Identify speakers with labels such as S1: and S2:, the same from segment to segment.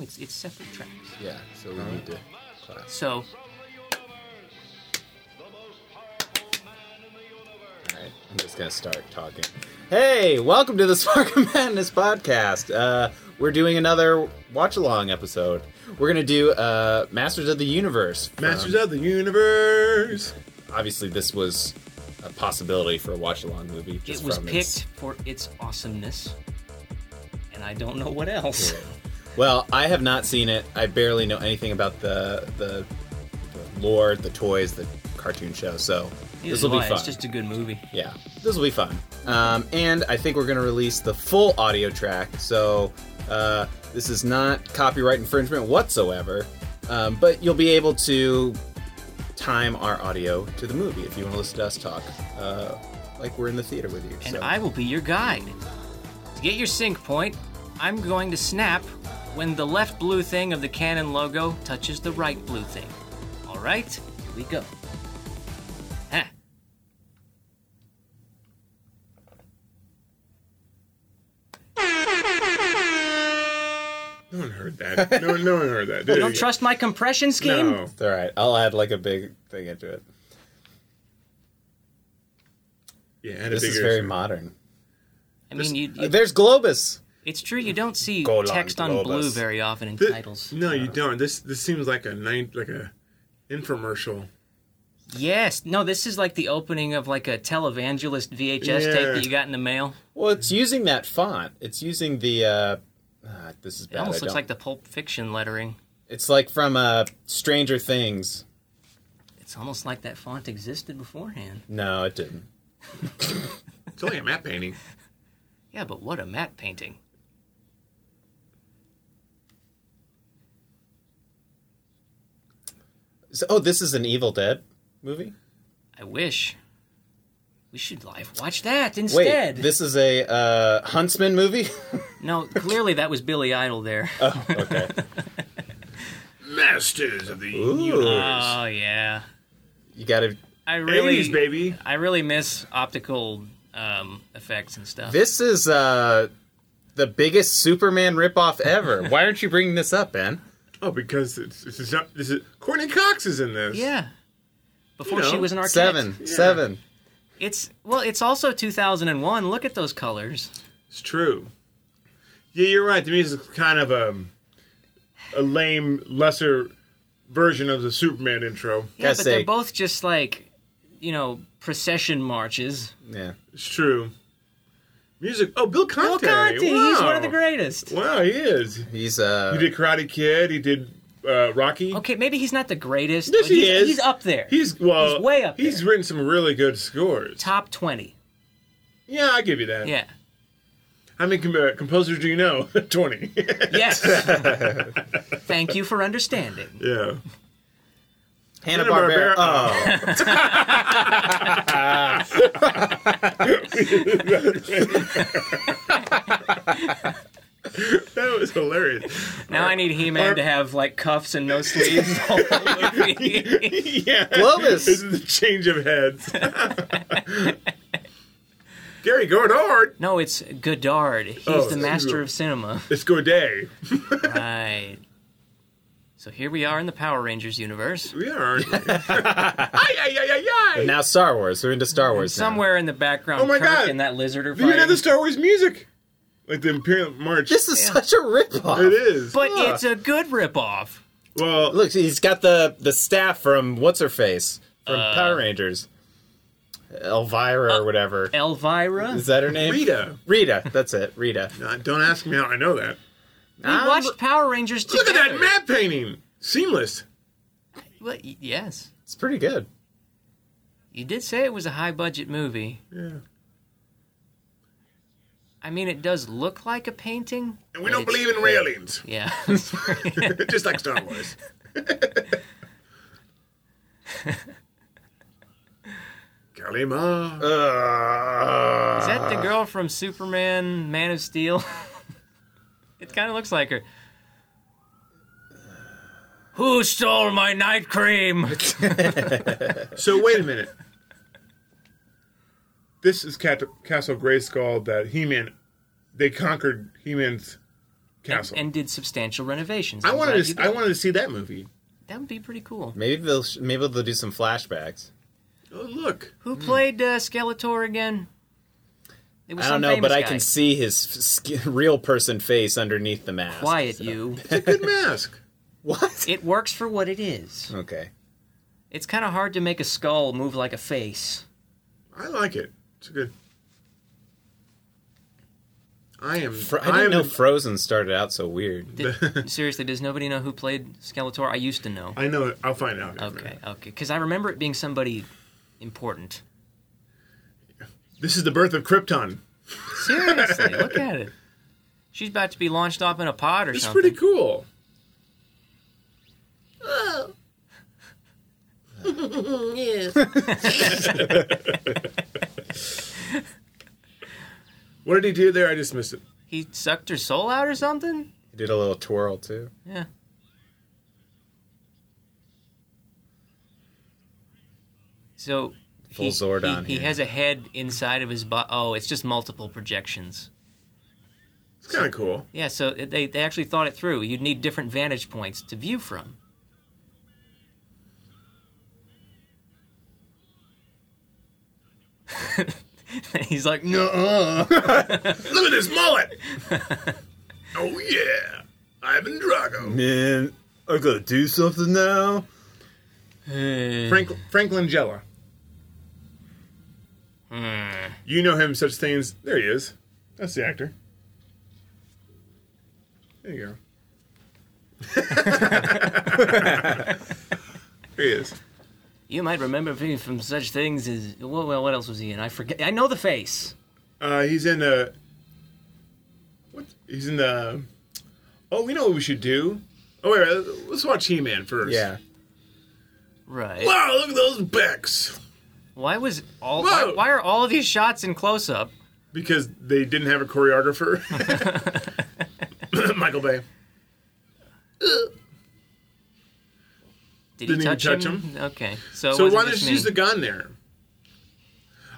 S1: it's it's separate tracks.
S2: Yeah, so we need to class.
S1: So
S2: Alright, I'm just gonna start talking. Hey, welcome to the Spark of Madness podcast. Uh, we're doing another watch along episode. We're gonna do uh, Masters of the Universe. from-
S3: Masters of the Universe.
S2: Obviously, this was a possibility for a watch along movie. Just
S1: it was
S2: from
S1: picked
S2: its-
S1: for its awesomeness, and I don't know what else.
S2: Well, I have not seen it. I barely know anything about the the, the lore, the toys, the cartoon show. So
S1: Neither
S2: this will
S1: do
S2: be
S1: I.
S2: fun.
S1: It's just a good movie.
S2: Yeah, this will be fun. Um, and I think we're going to release the full audio track. So uh, this is not copyright infringement whatsoever, um, but you'll be able to time our audio to the movie if you want to listen to us talk uh, like we're in the theater with you.
S1: and
S2: so.
S1: I will be your guide. To get your sync point, I'm going to snap when the left blue thing of the Canon logo touches the right blue thing. All right, here we go. Huh.
S3: No one heard that. No, one- no one heard that. Did
S1: Don't trust my compression scheme?
S3: No.
S2: It's all right. I'll add like a big thing into it.
S3: Yeah, and
S2: This
S3: a
S2: is
S3: bigger-
S2: very modern.
S1: I mean, you,
S2: Uh,
S1: you,
S2: There's Globus.
S1: it's true you don't see
S2: Golan
S1: text on
S2: Globus.
S1: blue very often in
S3: Thi-
S1: titles. Uh.
S3: No, you don't. This this seems like a nine like a infomercial.
S1: Yes, no, this is like the opening of like a televangelist VHS tape
S3: Yeah.
S1: that you got in the mail.
S2: Well, it's using that font. It's using the. Uh, ah, this is
S1: It
S2: bad.
S1: almost
S2: I
S1: looks
S2: don't-
S1: like the Pulp Fiction lettering.
S2: It's like from uh, Stranger Things.
S1: It's almost like that font existed beforehand.
S2: No, it didn't.
S3: It's only a map painting.
S1: Yeah, but what a matte painting.
S2: So, oh, this is an Evil Dead movie.
S1: I wish. We should live watch that instead.
S2: Wait, this is a uh, Huntsman movie.
S1: no, clearly that was Billy Idol there.
S2: oh, okay.
S3: Masters of the
S2: Ooh,
S1: oh yeah.
S2: you gotta.
S1: I really
S3: 80s, baby.
S1: I really miss optical um, effects and stuff.
S2: This is uh, the biggest Superman ripoff ever. Why aren't you bringing this up, Ben?
S3: Oh, because it's, this is not, this is Courtney Cox is in this.
S1: yeah. Before
S3: You know,
S1: she was an architect.
S2: Seven, seven.
S1: It's well, it's also 2001. Look at those colors.
S3: it's true. Yeah, you're right. The music's kind of a a lame, lesser version of the Superman intro.
S1: Yeah,
S2: Gotta
S1: but
S2: say-
S1: they're both just like, you know, procession marches.
S2: Yeah.
S3: It's true. Music. Oh, Bill Conte.
S1: Bill Conti, he's one of the
S3: Wow.
S1: greatest.
S3: Wow, he is.
S2: He's
S3: He
S2: uh.
S3: did Karate Kid. He did uh, Rocky.
S1: Okay, maybe he's not the greatest.
S3: Yes,
S1: but
S3: he
S1: he's,
S3: is.
S1: He's up there.
S3: He's well.
S1: He's way up
S3: He's
S1: there.
S3: written some really good scores.
S1: top 20.
S3: Yeah, I give you that.
S1: Yeah.
S3: How many com- uh, composers do you know? Twenty.
S1: Yes. Thank you for understanding.
S3: yeah.
S2: Hanna
S3: Hanna-Barbera.
S2: Barbera. Oh,
S3: That was hilarious.
S1: Now I need He-Man to have like cuffs and no sleeves. the whole movie.
S3: yeah.
S2: Globus.
S3: This is the change of heads. Gary Gordard.
S1: no, it's Godard. He's
S3: Oh,
S1: the master of cinema.
S3: It's Godet.
S1: Right. So here we are in the Power Rangers universe.
S3: We are. aren't we? Ay, ay, ay, ay, ay.
S2: now Star Wars. We're into Star Wars. now.
S1: Somewhere in the background,
S3: Oh my
S1: Kirk
S3: God.
S1: and that lizard are
S3: Do you know
S1: fighting.
S3: the Star Wars music? Like the Imperial March.
S2: This is such a ripoff.
S3: it is.
S1: but it's a good ripoff.
S3: well,
S2: Look, he's got the the staff from what's her face from Power Rangers, Elvira or whatever.
S1: Elvira.
S2: Is that her name?
S3: Rita.
S2: Rita. That's it. Rita.
S3: Uh, don't ask me how I know that.
S1: we watched Power Rangers
S3: Ah, Look
S1: together.
S3: at that map painting. Seamless.
S1: Well, y- yes.
S2: It's pretty good.
S1: You did say it was a high budget movie.
S3: Yeah.
S1: I mean, it does look like a painting.
S3: And we
S1: but
S3: don't
S1: it's-
S3: believe in railings,
S1: Yeah.
S3: just like Star Wars. Kalima.
S1: Is that
S3: Ah.
S1: the girl from Superman, Man of Steel? it kind of looks like her. Who stole my night cream?
S3: So wait a minute. This is Cat- Castle Grayskull that He-Man. They conquered He-Man's Castle.
S1: and did substantial renovations.
S3: I
S1: I'm
S3: wanted
S1: glad
S3: to.
S1: you
S3: I
S1: did.
S3: wanted to see that movie.
S1: that would be pretty cool.
S2: Maybe they'll sh- maybe they'll do some flashbacks.
S3: Oh, look.
S1: Who played uh, Skeletor again? It was
S2: I
S1: some
S2: don't know, but
S1: famous
S2: I
S1: guy.
S2: can see his f- sk- real person face underneath the mask.
S1: Quiet
S2: so-
S1: you.
S3: Good mask.
S2: What?
S1: It works for what it is.
S2: Okay.
S1: It's kind of hard to make a skull move like a face.
S3: I like it. It's good. I am.
S2: Fro- I
S3: am
S2: didn't know Frozen started out so weird.
S1: Did- seriously, does nobody know who played Skeletor? I used to know.
S3: I know. it. I'll find out. in a
S1: Okay,
S3: minute.
S1: okay, because I remember it being somebody important.
S3: This is the birth of Krypton.
S1: Seriously, look at it. She's about to be launched off in a pod or
S3: It's
S1: something.
S3: pretty cool. What did he do there? I just missed it.
S1: He sucked her soul out or something.
S2: He did a little twirl too.
S1: Yeah. So
S2: Full Zordon
S1: He, he
S2: here.
S1: has a head inside of his body. Oh, it's just multiple projections.
S3: It's kind of cool.
S1: Yeah, so it- they, they actually thought it through. You'd need different vantage points to view from. He's like, no.
S2: Uh.
S3: Look at this mullet. oh yeah, Ivan Drago.
S2: Man, I gotta do something now.
S3: Frank Franklin Jella. You know him, such things. There he is. That's the actor. There you go. there he is.
S1: You might remember me from such things as well. well, What else was he in? I forget. I know the face.
S3: Uh, he's in the. What? He's in the. Oh, we know what we should do. Oh wait, let's watch He-Man first.
S2: Yeah.
S1: Right.
S3: Wow, look at those backs.
S1: Why was all? Why,
S3: Whoa!
S1: why are all of these shots in close up?
S3: because they didn't have a choreographer. Michael Bay.
S1: Did
S3: Didn't
S1: he
S3: even
S1: touch,
S3: touch
S1: him? Okay. So,
S3: So
S1: it wasn't
S3: why did
S1: just
S3: she
S1: me.
S3: use the gun there?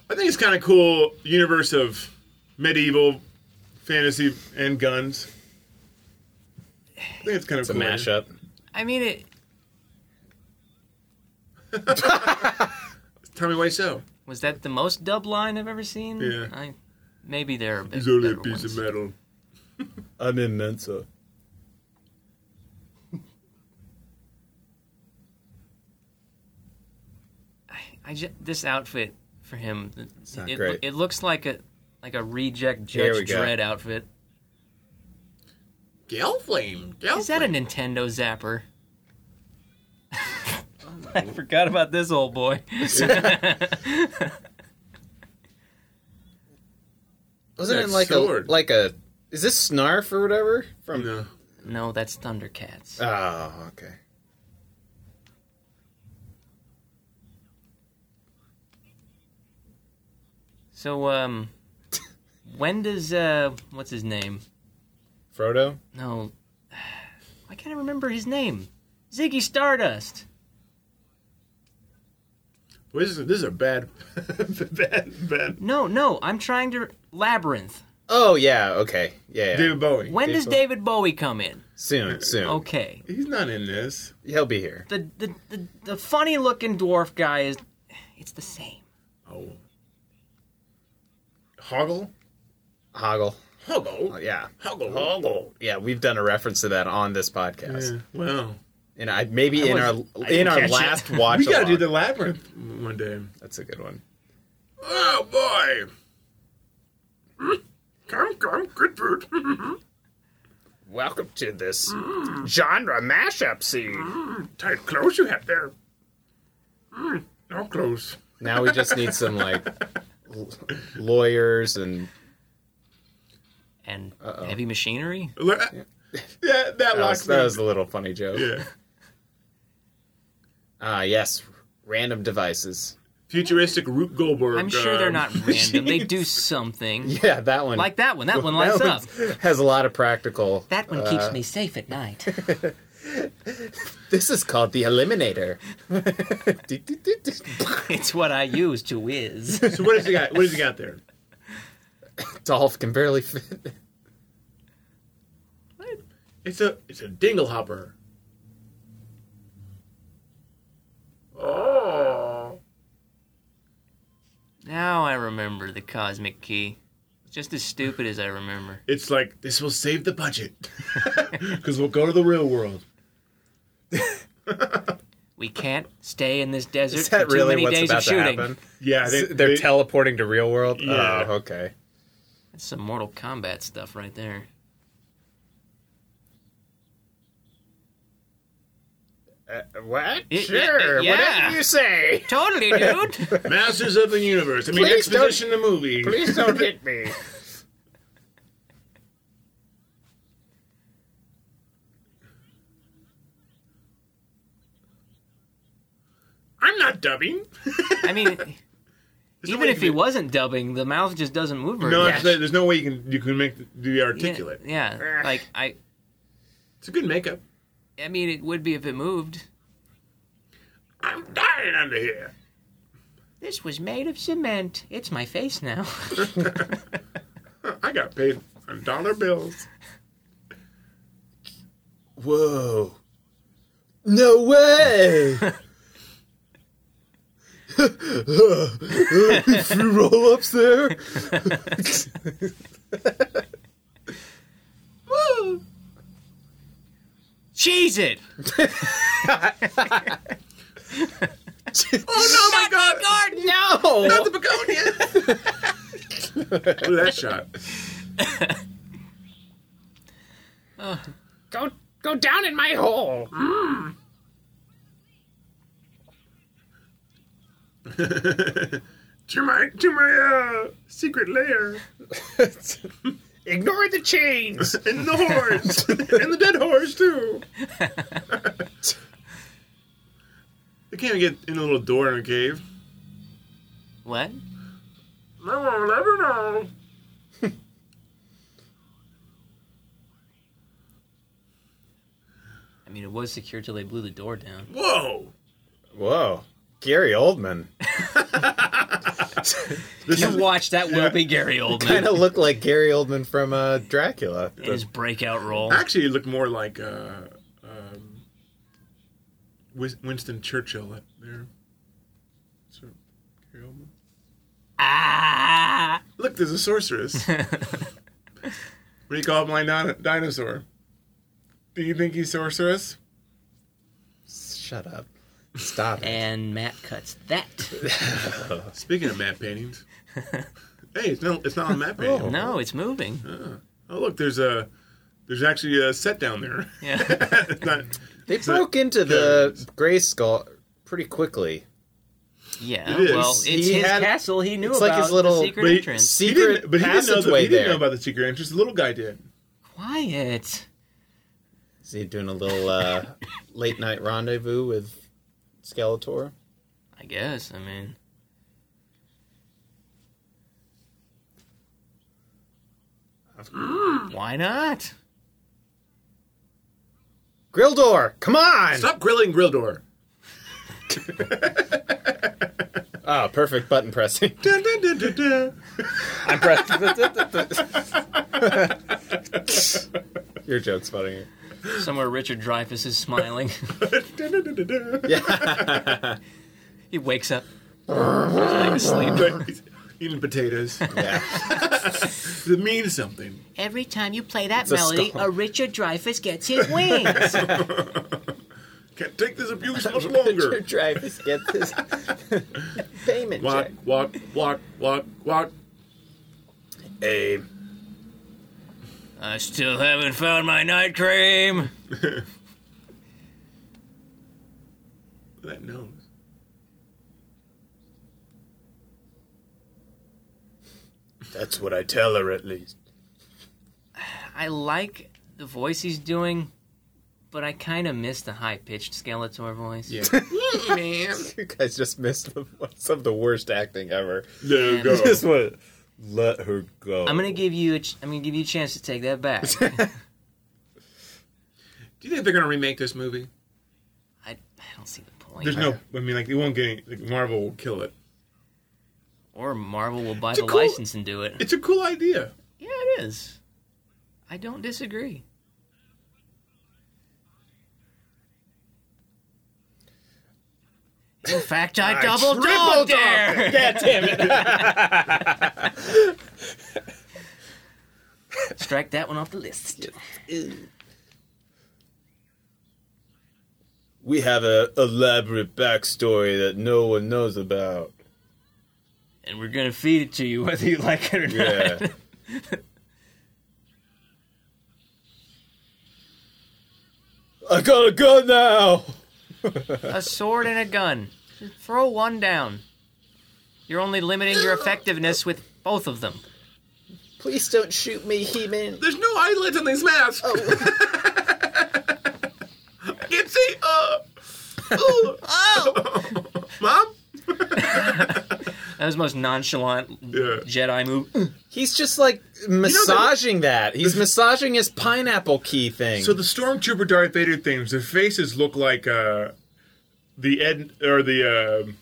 S3: I think it's kind of cool universe of medieval fantasy and guns. I think it's kind of
S2: It's a
S3: cool.
S2: mashup.
S1: I mean it.
S3: Tell me why so.
S1: Was that the most dub line I've ever seen?
S3: Yeah.
S1: I, maybe there are
S3: He's
S1: better
S3: only a
S1: ones.
S3: piece of metal.
S2: I'm in Mensa.
S1: I ju- this outfit for him.
S2: not
S1: it,
S2: great.
S1: it looks like a like a reject
S2: Here we
S1: Judge
S2: go.
S1: Dredd outfit.
S3: Gale flame.
S1: Is that a Nintendo Zapper? I forgot about this old boy.
S2: Wasn't
S3: That
S2: it like
S3: sword.
S2: a like a is this Snarf or whatever from?
S3: No.
S1: no, that's Thundercats.
S2: Oh, okay.
S1: So um, when does uh, what's his name?
S2: Frodo.
S1: No, I can't I remember his name. Ziggy Stardust.
S3: This is, this is a bad, bad, bad.
S1: No, no, I'm trying to Labyrinth.
S2: Oh yeah, okay, yeah. yeah.
S3: David Bowie.
S1: When does
S2: David-
S1: David Bowie come in?
S2: Soon, soon.
S1: Okay.
S3: He's not in this.
S2: He'll be here.
S1: The the the, the funny looking dwarf guy is it's the same.
S3: Oh. Hoggle.
S2: Hoggle.
S3: Hoggle.
S2: Oh, Yeah,
S3: Hoggle. Hoggle.
S2: yeah. We've done a reference to that on this podcast,
S3: Yeah. Wow.
S2: and I maybe in our
S1: wasn't- I didn't
S2: in our
S1: catch it.
S2: last watch.
S3: We gotta do
S2: along.
S3: the labyrinth one day.
S2: That's a good one.
S3: Oh boy! Mm. Come, come, good food.
S2: Welcome to this genre mashup scene.
S3: Mm. Tight clothes you have there. Mm. no clothes.
S2: Now we just need some like l- lawyers and
S1: And heavy machinery.
S3: Yeah, that
S2: that
S3: locked
S2: was,
S3: me.
S2: that was a little funny joke.
S3: yeah.
S2: Ah, yes, random devices.
S3: Futuristic Rube Goldberg.
S1: I'm sure they're
S3: um,
S1: not random. They do something.
S2: Oh, Yeah, that one.
S1: Like that one. That one
S2: that
S1: lights up.
S2: one has a lot of practical. uh,
S1: That one keeps me safe at night.
S2: This is called the Eliminator.
S1: it's what I use to whiz.
S3: So what has he got? What has he got there?
S2: Dolph can barely fit.
S1: What?
S3: It's a it's a dingle hopper. Oh.
S1: Now I remember the cosmic key. It's just as stupid as I remember.
S3: It's like this will save the budget because we'll go to the real world.
S1: We can't stay in this desert
S2: Is that
S1: for too
S2: really
S1: many
S2: what's
S1: days
S2: about
S1: of
S2: to
S1: shooting.
S2: happen?
S3: Yeah,
S2: They,
S3: they,
S2: They're
S3: they-
S2: teleporting to real world.
S3: Yeah.
S2: Oh, okay.
S1: That's some Mortal Kombat stuff right there.
S2: Uh, What?
S1: It-
S2: sure.
S1: yeah.
S2: Whatever you say.
S1: Totally, dude.
S3: Masters of the Universe. I mean,
S2: Please don't-
S3: exposition the movie.
S2: Please don't hit me.
S3: I'm not dubbing.
S1: I mean,
S3: no
S1: even
S3: way
S1: if
S3: you
S1: he
S3: can-
S1: wasn't dubbing, the mouth just doesn't move. very
S3: No,
S1: much.
S3: I'm saying there's no way you can you can make the, be articulate.
S1: Yeah, yeah. like I,
S3: It's a good makeup.
S1: I mean, it would be if it moved.
S3: I'm dying under here.
S1: This was made of cement. It's my face now.
S3: I got paid on dollar bills.
S2: Whoa. No way. Free roll ups there.
S1: Cheese it.
S3: Oh no, my God!
S2: No.
S3: Not the begonia. Look at that shot.
S2: Go go down in my hole.
S3: To my to my uh, secret lair
S2: Ignore the chains.
S3: and the horse and the dead horse too. they can't even get in a little door in a cave.
S1: What?
S3: No one will ever know.
S1: I mean, it was secure till they blew the door down.
S3: Whoa!
S2: Whoa. Gary Oldman.
S3: This
S1: You
S3: is
S1: watch that will be Gary
S2: Kind
S1: Oldman
S2: of look like Gary Oldman from uh, Dracula.
S1: in his breakout role.
S3: actually it looked more like uh, um, Wis- Winston Churchill up there. Sort of Gary Oldman.
S1: Ah!
S3: Look, there's a sorceress. what do you call my non- dinosaur? Do you think he's sorceress?
S2: Shut up. Stop it.
S1: And Matt cuts that.
S3: Speaking of map paintings, hey, it's not it's not on map painting.
S1: No, it's moving.
S3: Oh look, there's a there's actually a set down there.
S1: Yeah.
S3: It's not-
S2: They broke into the gray skull pretty quickly.
S1: Yeah.
S3: It is.
S1: Well, it's
S2: He
S1: his
S2: had-
S1: castle. He knew
S2: it's
S1: about
S2: like his little-
S1: the secret
S3: but he-
S1: entrance.
S3: he didn't,
S2: Secret
S3: but he didn't, know, the,
S2: passageway
S3: he didn't know
S2: there.
S3: about the secret entrance. The little guy did.
S1: Quiet.
S2: Is he doing a little uh, late night rendezvous with Skeletor?
S1: I guess. I mean, why not?
S2: Grildor, come on!
S3: Stop grilling Grildor.
S2: Oh, perfect button pressing.
S3: Dun, dun, dun, dun, dun.
S2: I'm pressing. Your joke's funny.
S1: Somewhere Richard Dreyfuss is smiling.
S3: Dun, dun, dun, dun, dun.
S1: he wakes up. He's like asleep.
S3: But he's eating potatoes.
S2: Yeah.
S3: It means something.
S1: Every time you play that
S2: a
S1: melody,
S2: skull.
S1: a Richard Dreyfuss gets his wings.
S3: Can't take this abuse much longer.
S2: Dreyfus gets his payment
S3: Walk, walk, walk, walk, walk.
S2: Hey,
S1: I still haven't found my night cream.
S3: That nose.
S2: that's what I tell her at least.
S1: I like the voice he's doing, but I kind of miss the high pitched Skeletor voice.
S3: Yeah.
S2: Man. You guys just missed the, some of the worst acting ever.
S3: There you go.
S2: Just want to let her go.
S1: I'm gonna give you a ch- I'm gonna give you a chance to take that back.
S3: Do you think they're gonna remake this movie?
S1: I, I don't see the point.
S3: There's no. I mean, like they won't get. Any, like, Marvel will kill it.
S1: or Marvel will buy
S3: It's a
S1: the
S3: cool-
S1: license and do it.
S3: It's a cool idea.
S1: Yeah, it is. I don't disagree. In fact, I,
S3: I
S1: double
S3: triple
S1: dog
S3: dog
S1: dare.
S2: God damn it.
S1: Strike that one off the list.
S2: we have a elaborate backstory that no one knows about.
S1: And we're gonna feed it to you whether you like it or not.
S2: Yeah. I got a gun now.
S1: A sword and a gun. Just throw one down. You're only limiting your effectiveness with both of them.
S4: Please don't shoot me, He-Man.
S3: There's no eyelids on these masks.
S1: Oh.
S3: I can't see. Uh, ooh.
S1: Oh.
S3: Mom?
S1: That was the most nonchalant
S3: Yeah.
S1: Jedi move.
S2: He's just like massaging that. He's massaging his pineapple key thing.
S3: So the stormtrooper Darth Vader things, their faces look like uh, the Ed or the um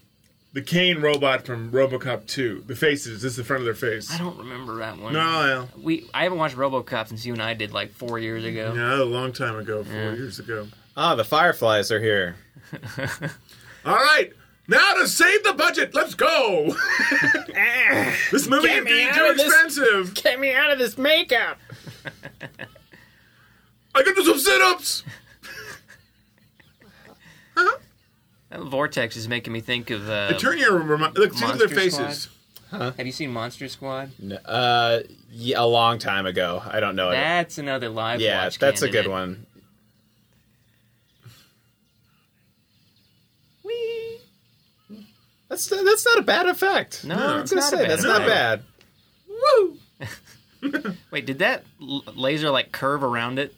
S3: the Kane robot from RoboCop 2. The faces, this is the front of their face.
S1: I don't remember that one.
S3: No,
S1: We I haven't watched RoboCop since you and I did like four years ago.
S3: no, no, a long time ago, four years ago.
S2: ah, the fireflies are here.
S3: All right, now to save the budget, let's go.
S1: Ah.
S3: this movie is
S2: Get me
S3: getting
S2: out
S3: too
S2: of this-
S3: expensive.
S2: Get me out of this makeup.
S3: I can do some sit-ups. huh?
S1: That vortex is making me think of. Uh,
S3: Turn your remi- look. See look at their
S1: Monster Squad?
S3: faces.
S1: have you seen Monster Squad?
S2: Uh, yeah, a long time ago. I don't know it.
S1: That's another live.
S2: Yeah,
S1: watch
S2: that's a good
S1: candidate.
S2: one.
S1: Whee!
S2: That's that's not a bad effect.
S1: No,
S2: I
S1: it's
S2: was gonna
S1: not a
S2: say
S1: bad
S2: that's not
S1: effect.
S2: bad.
S3: Woo!
S1: Wait, did that l- laser like curve around it?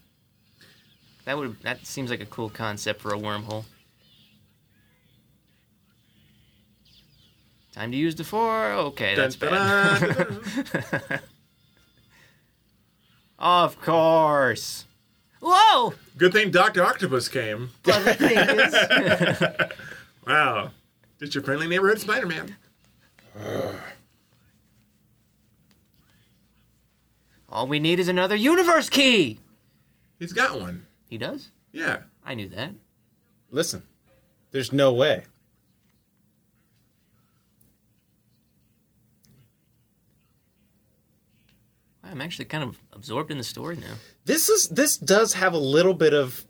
S1: That would that seems like a cool concept for a wormhole. Time to use the four. Okay, that's
S3: Dun,
S1: bad.
S3: dun, dun, dun.
S1: Of course. Whoa!
S3: Good thing Doctor Octopus came.
S1: Well, the thing is,
S3: Wow. It's your friendly neighborhood Spider Man.
S1: all we need is another universe key.
S3: He's got one.
S1: He does.
S3: Yeah.
S1: I knew that.
S2: Listen, there's no way.
S1: I'm actually kind of absorbed in the story now.
S2: This is this does have a little bit of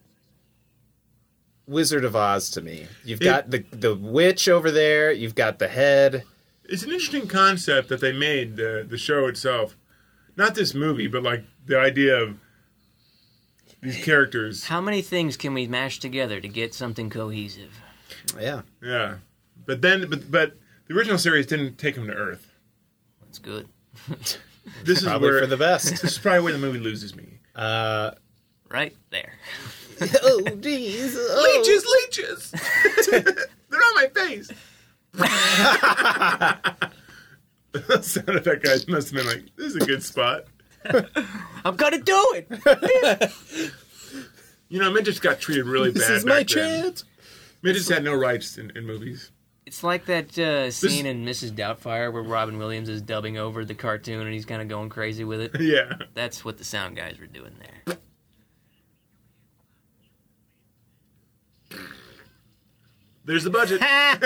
S2: Wizard of Oz to me. You've got the the witch over there. You've got the head.
S3: It's an interesting concept that they made, the, the show itself. Not this movie, but like the idea of these characters.
S1: How many things can we mash together to get something cohesive?
S2: Yeah,
S3: Yeah. But then, but, but the original series didn't take him to Earth.
S1: That's good.
S3: This is
S2: probably
S3: where
S2: for the best. Uh,
S3: this is probably where the movie loses me.
S1: Right there.
S4: oh, jeez. Oh.
S3: Leeches, leeches! They're on my face! the sound effect guy must have been like, this is a good spot.
S1: I'm gonna do it.
S3: You know, Midgets got treated really
S2: this
S3: bad.
S2: is my
S3: back then.
S2: chance.
S3: Midgets had no rights in, in movies.
S1: It's like that uh, scene in Mrs. Doubtfire where Robin Williams is dubbing over the cartoon and he's kind of going crazy with it.
S3: Yeah.
S1: That's what the sound guys were doing there.
S3: There's the budget.
S1: Ha!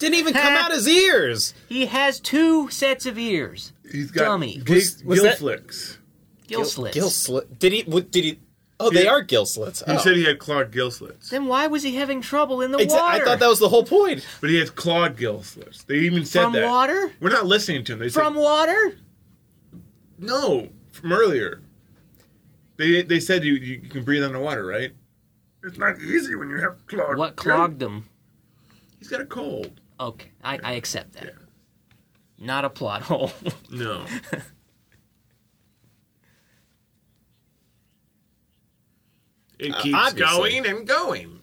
S2: Didn't even come out his ears.
S1: He has two sets of ears.
S3: He's got
S1: Dummy.
S3: Gil,
S2: Was- was
S3: Gil
S2: that-
S3: flicks.
S1: Gill slits.
S2: Gill slit. Did he? What, did he? Oh, they
S3: Yeah.
S2: are gill slits.
S3: He
S2: Oh.
S3: said he had clawed gill slits,
S1: Then why was he having trouble in the
S2: Exa-
S1: water?
S2: I thought that was the whole point.
S3: but he had clawed gill slits. They even said
S1: From
S3: that.
S1: water?
S3: We're not listening to him. They said
S1: From water?
S3: no from earlier. They they said you you can breathe underwater, right? It's not easy when you have clogged.
S1: What clogged him?
S3: He's got a cold.
S1: Okay, I, I accept that. Not a plot hole.
S3: No. It keeps
S2: obviously.
S3: going and going.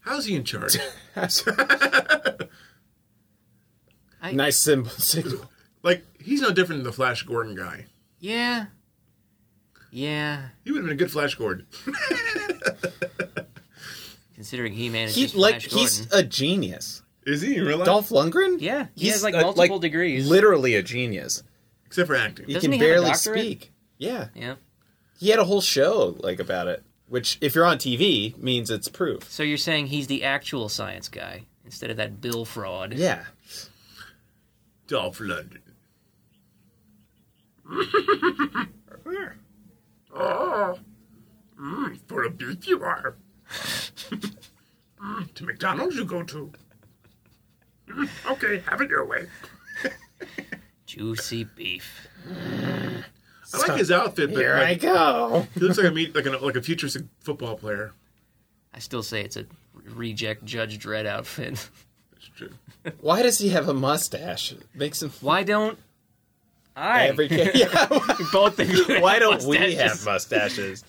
S3: How's he in charge?
S2: nice symbol signal.
S3: like he's no different than the Flash Gordon guy.
S1: yeah. Yeah.
S3: He would have been a good Flash Gordon.
S1: Considering he manages
S2: He
S1: Flash
S2: like
S1: Gordon.
S2: he's a genius.
S3: Is he in real life?
S2: Dolph Lundgren?
S1: Yeah, he
S2: He's
S1: has, like,
S2: uh,
S1: multiple degrees.
S2: Literally a genius.
S3: except for acting.
S2: He
S1: Doesn't he
S2: can
S1: have a
S2: barely
S1: doctorate?
S2: speak. Yeah.
S1: Yeah.
S2: He had a whole show like about it, which if you're on TV means it's proof.
S1: So you're saying he's the actual science guy instead of that bill fraud?
S2: Yeah.
S3: Dolph London. oh, mm, for a beef you are. Mm, to McDonald's you go to. Mm, okay, have it your way.
S1: Juicy beef.
S3: I like his outfit, but
S2: Here I
S3: like,
S2: go.
S3: he looks like a meat, like an like a futuristic football player.
S1: I still say it's a reject Judge Dredd outfit.
S3: It's true.
S2: Why does he have a mustache? It makes him
S1: Why don't I?
S2: every yeah.
S1: We both think you have
S2: Why don't we
S1: mustaches.
S2: have mustaches?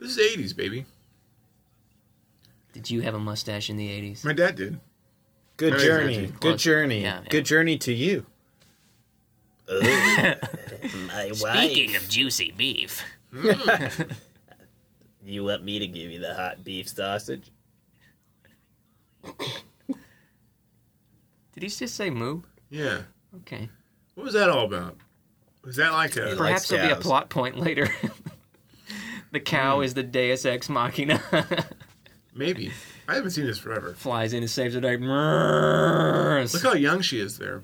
S3: This is '80s, baby.
S1: Did you have a mustache in the 80s?
S3: My dad did.
S2: Good
S3: Very
S2: journey.
S3: good.
S2: Good journey.
S1: Yeah, yeah.
S2: Good journey to you.
S5: My wife.
S1: Speaking of juicy beef.
S5: You want me to give you the hot beef sausage?
S1: Did he just say moo?
S3: Yeah.
S1: Okay.
S3: What was that all about? Was that like a?
S2: likes
S1: Perhaps there'll be a
S2: cows.
S1: plot point later. the
S3: Hmm.
S1: cow is the deus ex machina.
S3: Maybe. I haven't seen this forever.
S1: Flies in and saves the day.
S3: Look how young she is there.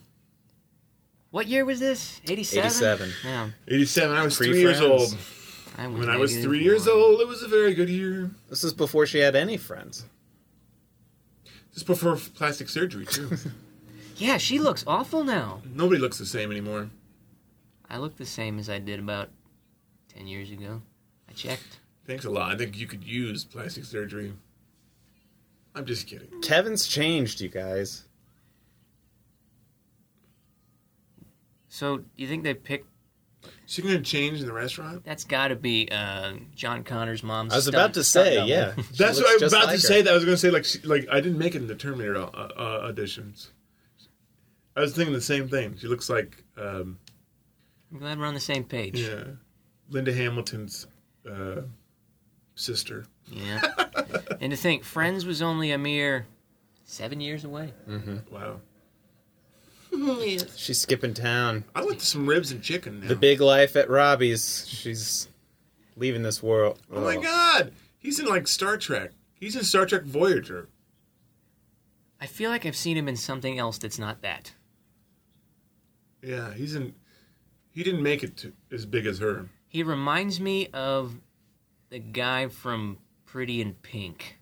S1: What year was this? 87?
S2: 87.
S1: Yeah.
S3: 87. I was
S2: Three
S3: three years
S2: friends.
S3: old.
S1: I was
S3: When I was
S1: maybe
S3: three years
S1: born.
S3: old, it was a very good year.
S2: This is before she had any friends.
S3: Just before plastic surgery, too.
S1: Yeah, she looks awful now.
S3: Nobody looks the same anymore.
S1: I look the same as I did about 10 years ago. I checked.
S3: Thanks a lot. I think you could use plastic surgery. I'm just kidding.
S2: Kevin's changed, you guys.
S1: So, do you think they picked.
S3: Is she going to change in the restaurant?
S1: That's gotta be uh, John Connor's mom's.
S2: I was
S1: stunt-
S2: about to
S1: stunt
S2: say,
S1: double.
S2: yeah. She looks
S3: That's what I was
S2: just
S3: about
S2: like
S3: to
S2: her.
S3: say. That I was going to say, like, she, like I didn't make it in the Terminator uh, uh, auditions. I was thinking the same thing. She looks like, um,
S1: I'm glad we're on the same page.
S3: yeah, Linda Hamilton's uh, sister.
S1: Yeah. and to think, Friends was only a mere seven years away.
S3: Wow.
S2: She's skipping town.
S3: I went to some ribs and chicken now.
S2: The big life at Robbie's. She's leaving this world.
S3: oh my god! He's in like Star Trek. He's in Star Trek Voyager.
S1: I feel like I've seen him in something else that's not that.
S3: Yeah, he's in. He didn't make it to, as big as her.
S1: He reminds me of the guy from Pretty in Pink,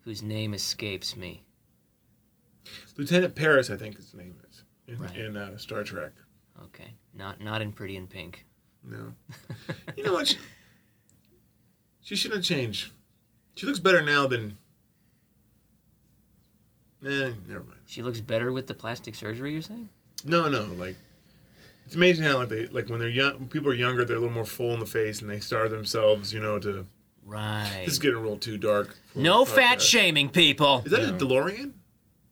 S1: whose name escapes me.
S3: Lieutenant Paris, I think his name is in,
S1: Right.
S3: in uh, Star Trek.
S1: Okay, not not in Pretty in Pink.
S3: No, you know what? She, she shouldn't change. She looks better now than. Eh, never mind.
S1: She looks better with the plastic surgery. You're saying?
S3: No, no, like. It's amazing how like they like when they're young, when people are younger, they're a little more full in the face, and they starve themselves, you know. To
S1: Right.
S3: this is getting a little too dark. for
S1: No
S3: a
S1: fat
S3: podcast.
S1: shaming, people.
S3: Is that a DeLorean?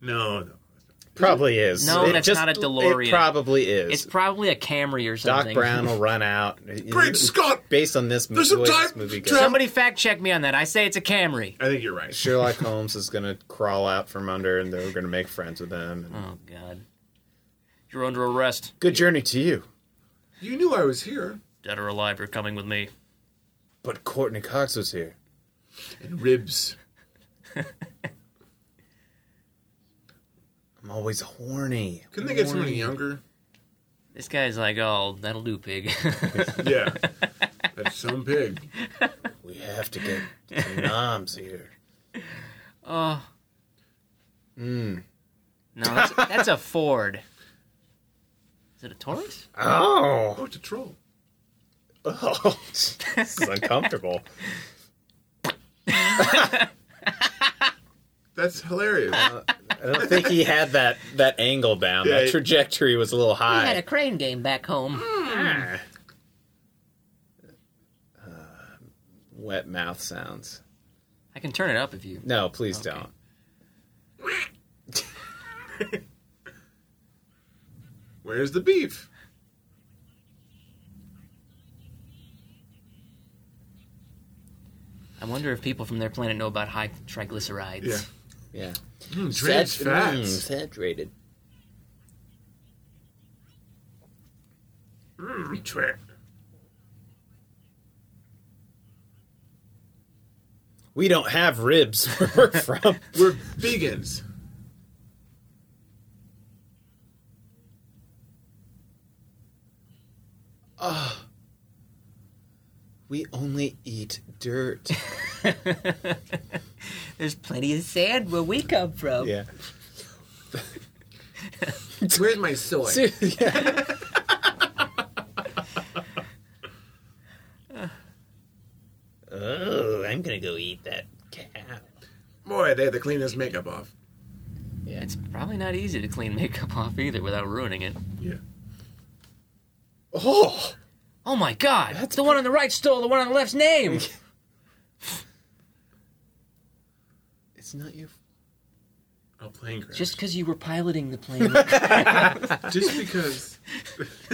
S3: No, no.
S2: Probably is.
S1: No,
S2: It
S1: that's
S2: just-
S1: not a DeLorean.
S2: It probably is.
S1: It's probably a Camry or
S2: Doc
S1: something.
S2: Brown will run out.
S3: Great Scott!
S2: Based on this movie,
S3: There's a
S2: this
S3: time
S2: movie goes.
S3: travel-
S1: Somebody fact check me on that. I say it's a Camry.
S3: I think you're right.
S2: Sherlock Holmes is going to crawl out from under, and they're going to make friends with them. And-
S1: Oh God. You're under arrest.
S2: Good journey to you.
S3: You knew I was here.
S1: Dead or alive, you're coming with me.
S2: But Courtney Cox was here.
S3: And ribs.
S2: I'm always horny.
S3: Couldn't they get someone younger?
S1: This guy's like, oh, that'll do, pig.
S3: Yeah. That's some pig.
S2: We have to get some noms here.
S1: oh. Mm. No, that's, that's a Ford. Is it a Taurus?
S2: Oh,
S3: Oh, it's a troll.
S2: oh. this is uncomfortable.
S3: That's hilarious.
S2: I don't think he had that that angle down.
S3: Yeah,
S2: that
S3: he-
S2: trajectory was a little
S1: I had
S2: high.
S1: a crane game back home.
S2: Wet mouth sounds.
S1: I can turn it up if you.
S2: No, please don't.
S3: Where's the beef?
S1: I wonder if people from their planet know about high triglycerides.
S3: Yeah.
S2: Yeah.
S3: Mm, trans
S2: Sat- mm,
S3: fats.
S2: saturated.
S3: Hmm, Retreat.
S4: We don't have ribs where we're from.
S3: We're vegans.
S4: We only eat dirt.
S6: There's plenty of sand where we come from.
S4: Yeah.
S3: Where's my soy?
S4: yeah.
S2: Oh, I'm gonna go eat that cow.
S3: Boy, they had to clean this makeup off.
S1: Yeah, it's probably not easy to clean makeup off either without ruining it.
S3: Yeah.
S4: Oh,
S1: Oh my god! That's the one on the right stole the one on the left's name!
S4: it's not your.
S3: Oh, plane crash.
S1: Just because you were piloting the plane.
S3: just because,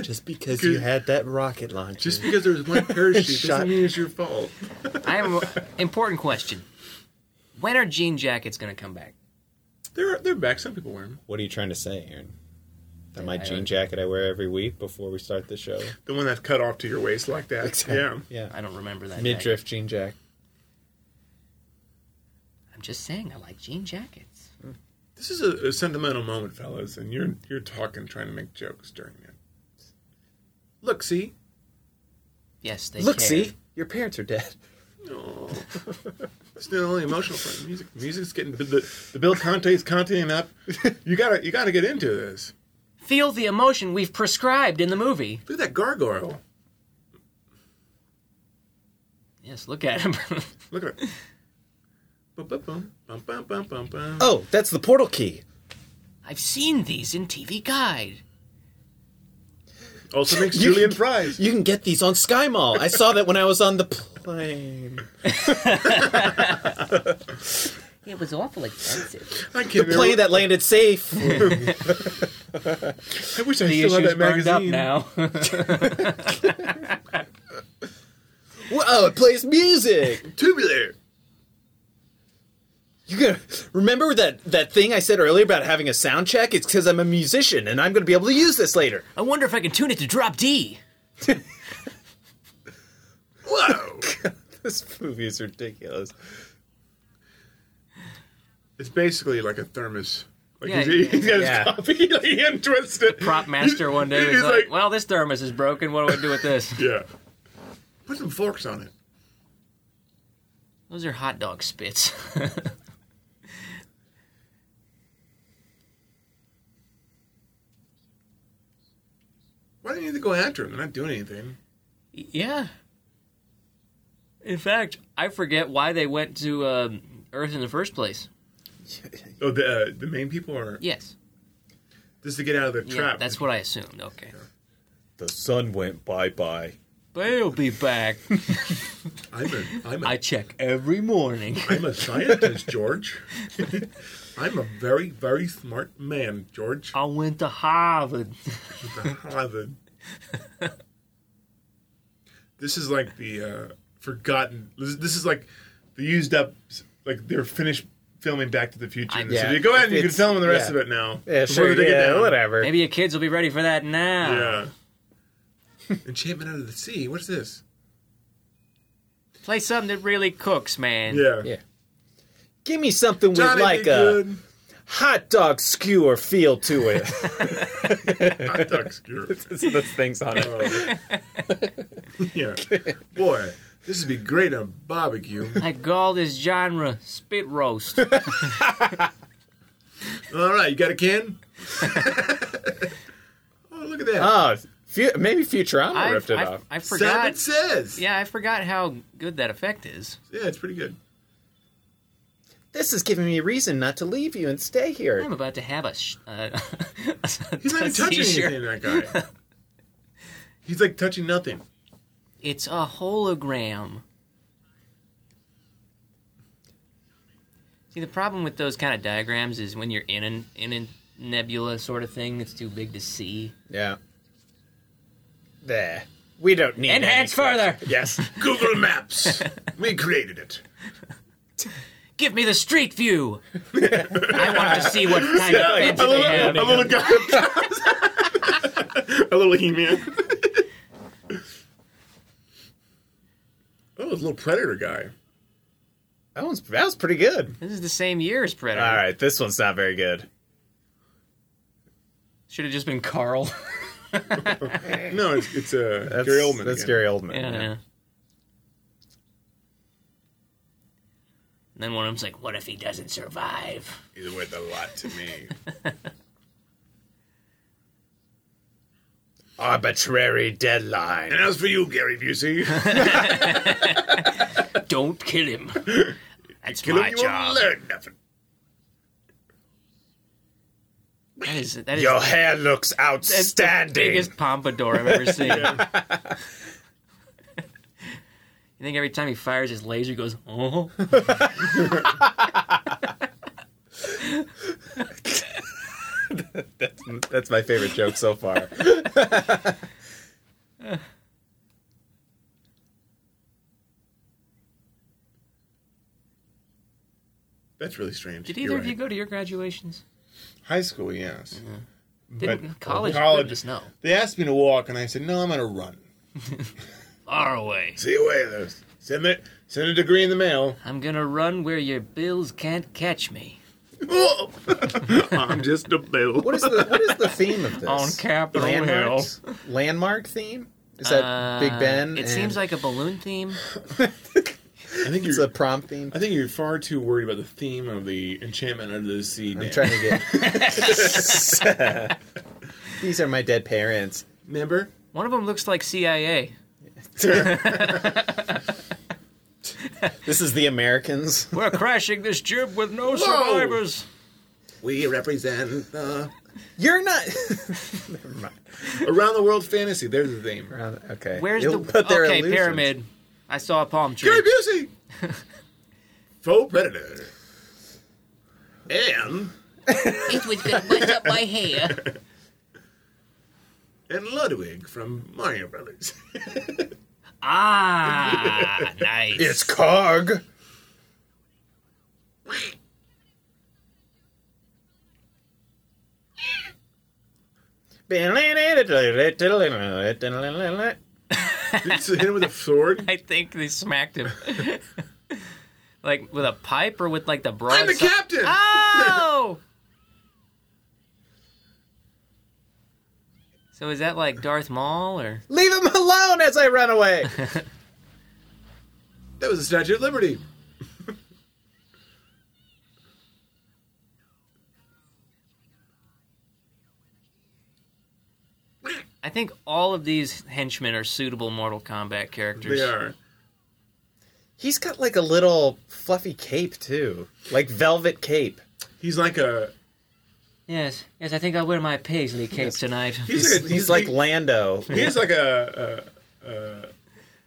S4: Just because you had that rocket launcher.
S3: just because there was one parachute
S4: Shot.
S3: doesn't mean it's your fault.
S1: I am. Important question. When are jean jackets gonna come back?
S3: They're they're back. Some people wear them.
S4: What are you trying to say, Aaron? That my
S1: I
S4: jean
S1: don't-
S4: jacket I wear every week before we start the show.
S3: The one that's cut off to your waist like that. Yeah.
S4: Yeah.
S1: I don't remember that.
S4: Midriff jean jacket.
S1: jacket. I'm just saying, I like jean jackets.
S3: This is a, a sentimental moment, fellas, and you're you're talking, trying to make jokes during it. Look, see.
S1: Yes, they
S4: Look,
S1: care.
S4: see, your parents are dead.
S3: No. it's not only emotional for music. Music's getting the, the, the Bill Conte's Conteing up. You gotta you gotta get into this.
S1: Feel the emotion we've prescribed in the movie.
S3: Look at that gargoyle.
S1: Yes, look at him.
S3: Look at it. Bum, bum, bum, bum, bum, bum, bum, bum.
S4: Oh, that's the portal key.
S1: I've seen these in TV Guide.
S3: Also makes
S4: You-
S3: Julian fries.
S4: You can get these on Sky Mall. I saw that when I was on the plane.
S6: It was awful expensive.
S3: I can't
S4: The
S3: remember-
S4: plane that landed safe.
S3: I wish I
S1: The
S3: still had
S1: issue's
S3: that
S1: burned up
S3: magazine.
S1: now.
S4: Whoa, it plays music.
S3: Tubular.
S4: You gonna remember that that thing I said earlier about having a sound check? It's because I'm a musician and I'm gonna be able to use this later.
S1: I wonder if I can tune it to drop D.
S3: Whoa.
S4: This movie is ridiculous.
S3: it's basically like a thermos. Like
S1: Yeah,
S3: he's, he's got
S4: yeah.
S3: his coffee like, hand twisted.
S1: Prop master one day
S3: He's
S1: was like,
S3: like-
S1: "Well, this thermos is broken. What do I do with this?"
S3: Yeah. Put some forks on it.
S1: Those are hot dog spits.
S3: Why do you need to go after him? They're not doing anything.
S1: Yeah. In fact, I forget why they went to um, Earth in the first place.
S3: Oh, the uh, the main people are
S1: Yes.
S3: just to get out of the
S1: Yeah,
S3: trap.
S1: that's what I assumed. Okay.
S4: The sun went bye bye.
S1: They'll be back.
S3: I'm a I'm a
S1: I check every morning.
S3: am a scientist, George. I'm a very very smart man, George.
S1: I went to Harvard.
S3: Harvard. this is like the uh, forgotten. This, this is like the used up. Like they're finished filming Back to the Future.
S1: I-
S3: in the
S4: Yeah.
S3: city. Go ahead and you can
S4: It's-
S3: tell them the rest
S4: yeah.
S3: of it now.
S4: Yeah,
S3: before
S4: sure.
S3: they get
S4: Yeah,
S3: down.
S4: whatever.
S1: Maybe your kids will be ready for that now.
S3: Yeah. Enchantment out of the sea. What's this?
S1: Play something that really cooks, man.
S3: Yeah. uh,
S4: Yeah. Give me something with
S3: Johnny
S4: like
S3: be
S4: a
S3: good.
S4: hot dog skewer feel to it.
S3: Hot dog skewer.
S4: That's the things on it.
S3: yeah. Boy, this would be great on barbecue.
S1: I call this genre spit roast.
S3: All right, you got a can? oh, look at that.
S4: Oh, fu- maybe Futurama
S1: I,
S4: ripped it
S1: I,
S4: off.
S1: I
S3: Seven
S1: forgot.
S3: says.
S1: Yeah, I forgot how good that effect is.
S3: Yeah, it's pretty good.
S4: this is giving me a reason not to leave you and stay here.
S1: I'm about to have a. Sh- uh,
S3: He's not even touching anything, that guy. He's like touching nothing.
S1: It's a hologram. See, the problem with those kind of diagrams is when you're in an in a nebula sort of thing that's too big to see.
S4: Yeah. There. We don't need
S1: Enhance
S4: any-
S1: further.
S4: Yes.
S3: Google Maps. we created it.
S1: Give me the street view. I want to see what kind of
S4: Yeah,
S1: fence they
S4: I love it.
S1: have.
S3: A little guy. up top. a little he man. Oh, little predator guy.
S4: That one's that was pretty good.
S1: This is the same year as Predator.
S4: All right, this one's not very good.
S1: Should have just been Carl.
S3: No, it's it's uh,
S4: That's,
S3: Gary Oldman.
S4: That's
S3: again.
S4: Gary Oldman.
S1: yeah, yeah. And then one of them's like, "What if he doesn't survive?"
S3: He's worth a lot to me.
S4: Arbitrary deadline.
S3: and as for you, Gary Busey,
S1: Don't kill him. That's
S3: kill
S1: my
S3: him, you
S1: job.
S3: won't learn nothing.
S1: That is that is
S4: Your
S1: the
S4: hair looks outstanding.
S1: biggest pompadour I've ever seen. you think every time he fires his laser, he goes, "Oh."
S4: That's my favorite joke so far.
S3: That's really strange.
S1: Did
S3: You're
S1: either of Mm-hmm.
S3: right.
S1: you go to your graduations?
S3: High school, yes.
S1: Didn't
S3: But-
S1: college?
S3: college-
S1: goodness, no.
S3: They asked me to walk, and I said, "No, I'm gonna run."
S1: Far away.
S3: See you later. Send it. Send a degree in the mail.
S1: I'm gonna run where your bills can't catch me.
S3: Whoa. I'm just a bill.
S4: What is the what is the theme of this?
S1: On Capitol
S4: Landmarks? Landmark theme? Is that Big Ben?
S1: Uh, It seems like a balloon theme.
S3: I think
S4: it's
S3: you're.
S4: a prom theme.
S3: I think you're far too worried about the theme of the enchantment under the sea.
S4: I'm
S3: dance.
S4: trying to get. These are my dead parents.
S3: Remember?
S1: One of them looks like CIA.
S4: This is the Americans.
S1: We're crashing this jib with no
S3: survivors. We represent the
S4: You're not.
S3: around the world fantasy. There's the theme.
S4: okay.
S1: Where's
S4: You'll
S1: the
S4: put their
S1: okay
S4: illusions.
S1: pyramid? I saw a palm
S3: Gary
S1: tree.
S3: Busey, faux predator, and
S6: It was gonna mess up my hair.
S3: and Ludwig from Mario Brothers.
S1: Ah, nice.
S4: It's Cog.
S3: Did you hit him with a sword?
S1: I think they smacked him. like with a pipe or with like the broad.
S3: I'm the captain.
S4: Ah!
S1: Oh! so is that like Darth Maul or?
S4: Leave him alone as I run away.
S3: That was the Statue of Liberty.
S1: I think all of these henchmen are suitable Mortal Kombat characters.
S3: They are.
S4: He's got like a little fluffy cape too, like velvet cape.
S3: He's like a.
S1: Yes, yes. I think I'll wear my paisley cape tonight.
S3: He's,
S4: He's,
S3: like a,
S4: he's like Lando.
S3: He's like a a, a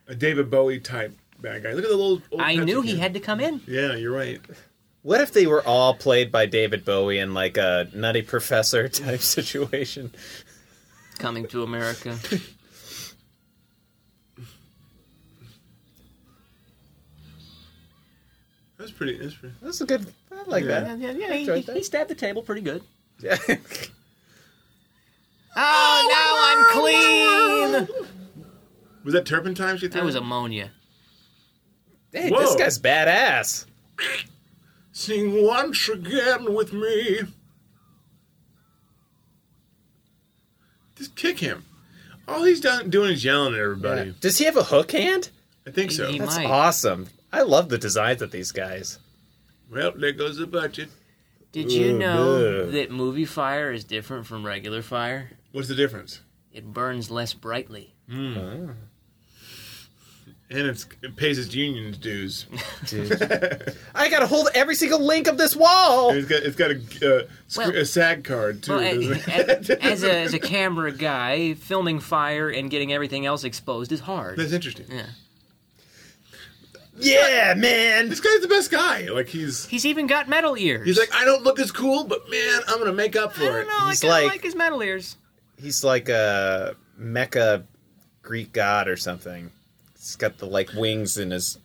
S3: a David Bowie type bad guy. Look at the little. Old
S1: I knew he
S3: Mexican.
S1: had to come in.
S3: Yeah, you're right.
S4: What if they were all played by David Bowie in like a Nutty Professor type situation?
S1: Coming to America.
S3: That's pretty. That's pretty.
S4: That's a good. I like
S1: yeah, yeah, yeah, he-
S4: enjoyed
S1: he,
S4: that.
S1: he stabbed the table pretty good.
S4: that.
S1: Oh, now I'm clean.
S3: Was that turpentine she threw?
S1: That was ammonia.
S4: hey, this
S3: Whoa.
S4: guy's badass.
S3: Sing once again with me. Just kick him. All he's done, doing is yelling at everybody.
S4: Does he have a hook hand?
S3: I think so.
S1: He- he-
S4: That's
S1: Mike.
S4: awesome. I love the designs of these guys.
S3: Well, there goes the budget.
S1: Did you
S4: Ugh,
S1: know
S4: ugh.
S1: that movie fire is different from regular fire?
S3: What's the difference?
S1: It burns less brightly.
S3: And it's, it pays its union's dues.
S4: I gotta hold every single link of this wall.
S3: It's got, it's got a, uh, sc-
S1: Well-
S3: a SAG card, too.
S1: Well,
S3: doesn't it?
S1: as, as, a, as a camera guy, filming fire and getting everything else exposed is hard.
S3: That's interesting.
S1: Yeah.
S4: Yeah, man.
S3: This guy's the best guy. Like, he's
S1: He's even got metal ears.
S3: he's like, I don't look as cool, but man, I'm going to make up
S1: I
S3: for
S1: don't
S3: it.
S1: know.
S4: He's
S1: I kind of
S4: like-
S1: like his metal ears.
S4: He's like a mecha Greek god or something. He's got the like wings in his.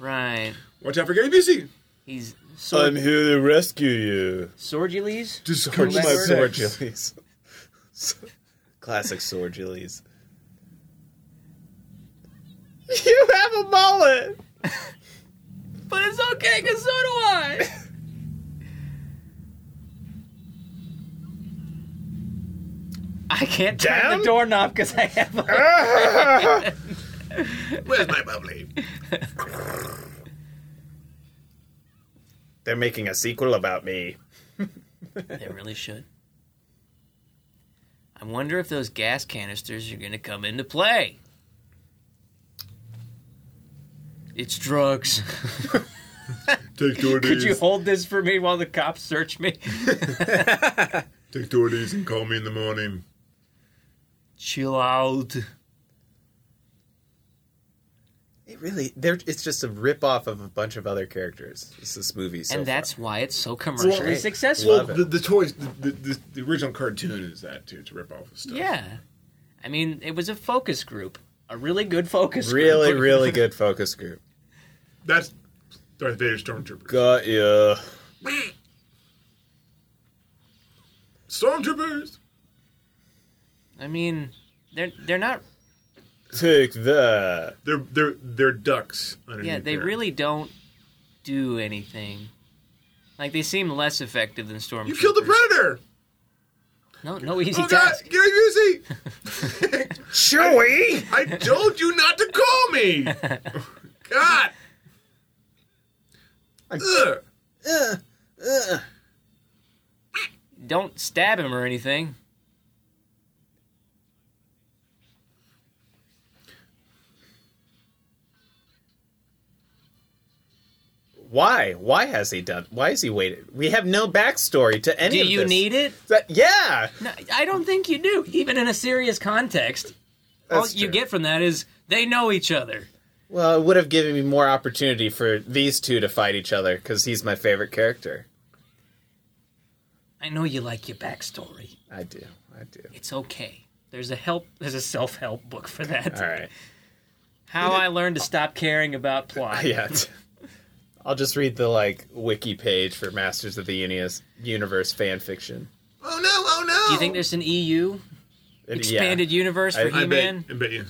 S1: Right.
S3: Watch out for Gary Busey.
S1: He's
S3: Um,
S1: sword,
S4: here to rescue you.
S1: Sorgiles.
S3: Just
S1: Correct.
S3: my
S1: Sword
S4: Sword
S3: sex.
S4: Achilles. Classic sword Achilles. You have a mullet.
S6: But it's okay, because so do I.
S1: I can't turn
S3: Down?
S1: the doorknob because I have a
S3: Where's my bubbly?
S4: They're making a sequel about me.
S1: They really should. I wonder if those gas canisters are going to come into play. It's drugs.
S3: Take DoorDash.
S1: Could you hold this for me while the cops search me?
S3: Take DoorDash and call me in the morning.
S1: Chill out.
S4: It really, they're, it's just a ripoff of a bunch of other characters. It's this movie, so
S1: and
S4: far.
S1: that's why it's so commercially
S3: great.
S1: successful.
S4: Love
S3: Well,
S4: it.
S3: the, the toys, the, the, the original cartoon is that too. It's a rip off of stuff.
S1: Yeah. I mean, it was a focus group. A really good focus
S4: really,
S1: group.
S4: really good focus group.
S3: that's Darth Vader stormtroopers.
S4: Got ya.
S3: Stormtroopers.
S1: I mean, they're they're not
S4: Take that.
S3: They're they're they're ducks. Underneath
S1: Yeah, they
S3: there.
S1: really don't do anything. Like they seem less effective than stormtroopers.
S3: You killed the predator.
S1: No, no easy
S3: oh God,
S1: task.
S3: Gary Busey.
S4: Chewie!
S3: I told you not to call me. God. Ugh.
S1: Don't stab him or anything.
S4: Why? Why has he done? Why has he waited? We have no backstory to any
S1: Do
S4: of
S1: you
S4: this.
S1: need it?
S4: That- yeah.
S1: No, I don't think you do. Even in a serious context, all
S4: That's
S1: you
S4: true.
S1: get from that is they know each other.
S4: Well, it would have given me more opportunity for these two to fight each other because he's my favorite character.
S1: I know you like your backstory.
S4: I do. I do.
S1: It's okay. There's a help. There's a self-help book for that.
S4: All right.
S1: How I learned to stop caring about plot.
S4: Yeah. I'll just read the like wiki page for Masters of the Unius- Universe fan fiction.
S3: Oh no! Oh no!
S1: Do you think there's an EU
S4: And, yeah.
S1: expanded universe for
S4: I-
S3: I bet.
S1: He-Man?
S3: I bet you.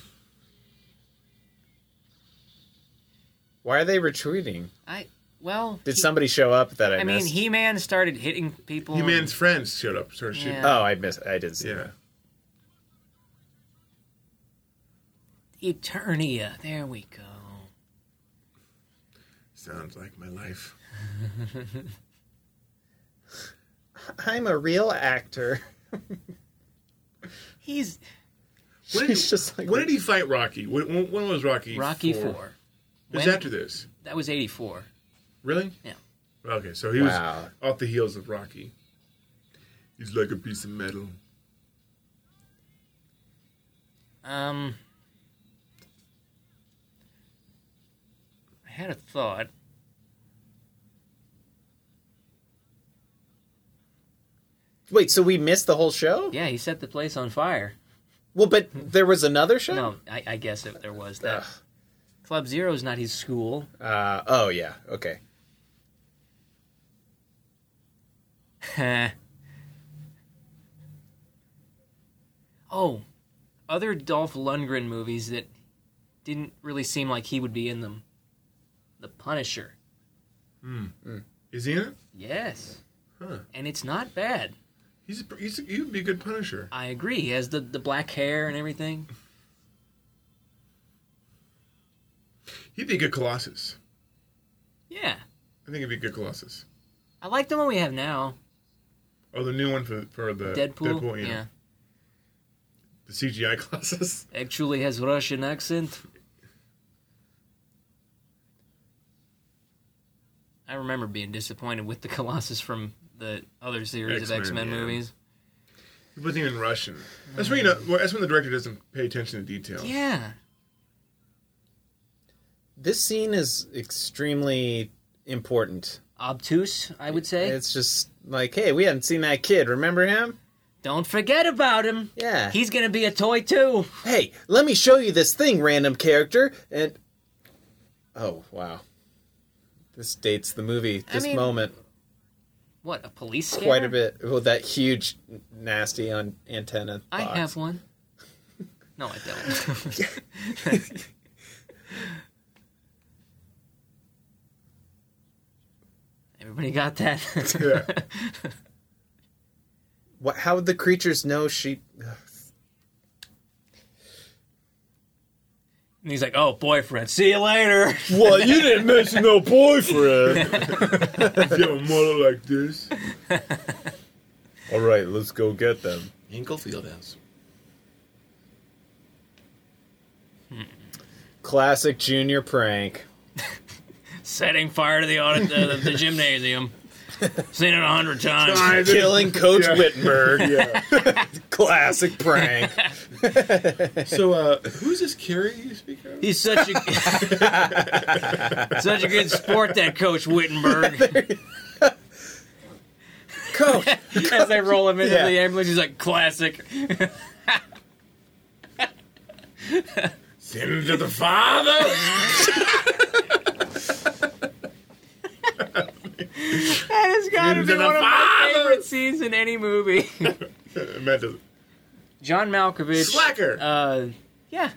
S4: Why are they retreating?
S1: I, well,
S4: Did
S1: he-
S4: somebody show up that I,
S1: I mean,
S4: missed?
S1: He-Man started hitting people.
S3: He Man's friends showed up. Started shooting.
S1: Oh. Yeah.
S4: Oh, I missed. I didn't see.
S3: Yeah.
S4: that.
S1: Eternia. There we go.
S3: Sounds like my life.
S4: I'm a real actor.
S1: He's
S3: When did,
S4: He's just like
S3: when did he fight Rocky? When, when- when was Rocky?
S1: Rocky Four.
S3: It was
S1: When-
S3: after this.
S1: That was '84.
S3: Really?
S1: Yeah.
S3: Okay, so he
S4: Wow.
S3: was off the heels of Rocky. He's like a piece of metal.
S1: Um, I had a thought.
S4: Wait, so we missed the whole show?
S1: Yeah, he set the place on fire.
S4: Well, but there was another show.
S1: No, I, I guess if there was that. Club Zero's not his school.
S4: Uh, oh yeah. Okay.
S1: Uh, oh, other Dolph Lundgren movies that didn't really seem like he would be in them. The Punisher.
S3: Is he in it?
S1: Yes.
S3: Huh.
S1: And it's not bad.
S3: He's a, he's a, he would be a good Punisher.
S1: I agree. He has the, the black hair and everything.
S3: He'd be a good Colossus.
S1: Yeah.
S3: I think he'd be a good Colossus.
S1: I like the one we have now.
S3: Oh, the new one for for the
S1: Deadpool.
S3: Uh, Deadpool yeah.
S1: yeah.
S3: The CGI Colossus.
S1: Actually has Russian accent. I remember being disappointed with the Colossus from the other series
S3: X-Men,
S1: of X-Men
S3: yeah.
S1: movies.
S3: He wasn't even Russian. That's when you know. Well, that's when the director doesn't pay attention to detail.
S1: Yeah.
S4: This scene is extremely important.
S1: Obtuse, I would say.
S4: It's just like, hey, we hadn't seen that kid. Remember him?
S1: Don't forget about him.
S4: Yeah.
S1: He's going to be a toy too.
S4: hey, let me show you this thing, random character. And oh wow, this dates the movie. This
S1: mean,
S4: moment
S1: What, a police scare?
S4: quite a bit. Well, that huge, nasty on antenna.
S1: I
S4: box.
S1: have one. No, I don't. Somebody got that.
S3: Yeah.
S4: What, how would the creatures know she? Ugh.
S1: and he's like, "Oh, boyfriend. See you later."
S3: Well, you didn't mention no boyfriend. if you have a mother like this. All right, let's go get them.
S4: Inglefield House. Classic junior prank.
S1: Setting fire to the audit, the, the gymnasium. Seen it a hundred times.
S4: Killing Coach
S3: Yeah.
S4: Whittenberg.
S3: Yeah.
S4: Classic prank.
S3: So, uh, who's this Carrie you speak of?
S1: He's such a such a good sport, that Coach Wittenberg.
S4: Coach.
S1: As they roll him into
S4: Yeah.
S1: the ambulance, he's like, "Classic."
S3: Send to the father.
S1: That has got to
S3: Into
S1: be
S3: the
S1: one of my
S3: father.
S1: favorite scenes in any movie.
S3: Matt doesn't.
S1: John Malkovich.
S3: Slacker.
S1: Uh, yeah.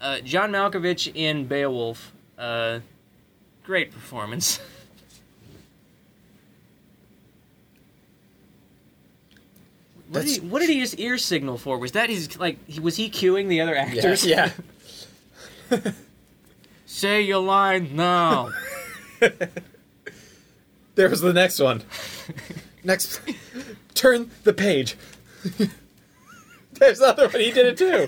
S1: Uh, John Malkovich in Beowulf. Uh, great performance. What did, he, what did he just ear signal for? Was that his like? He, was he cueing the other actors?
S4: yeah.
S1: Say your line now.
S4: There was the next one. Next, turn the page. There's the other one. He did it too.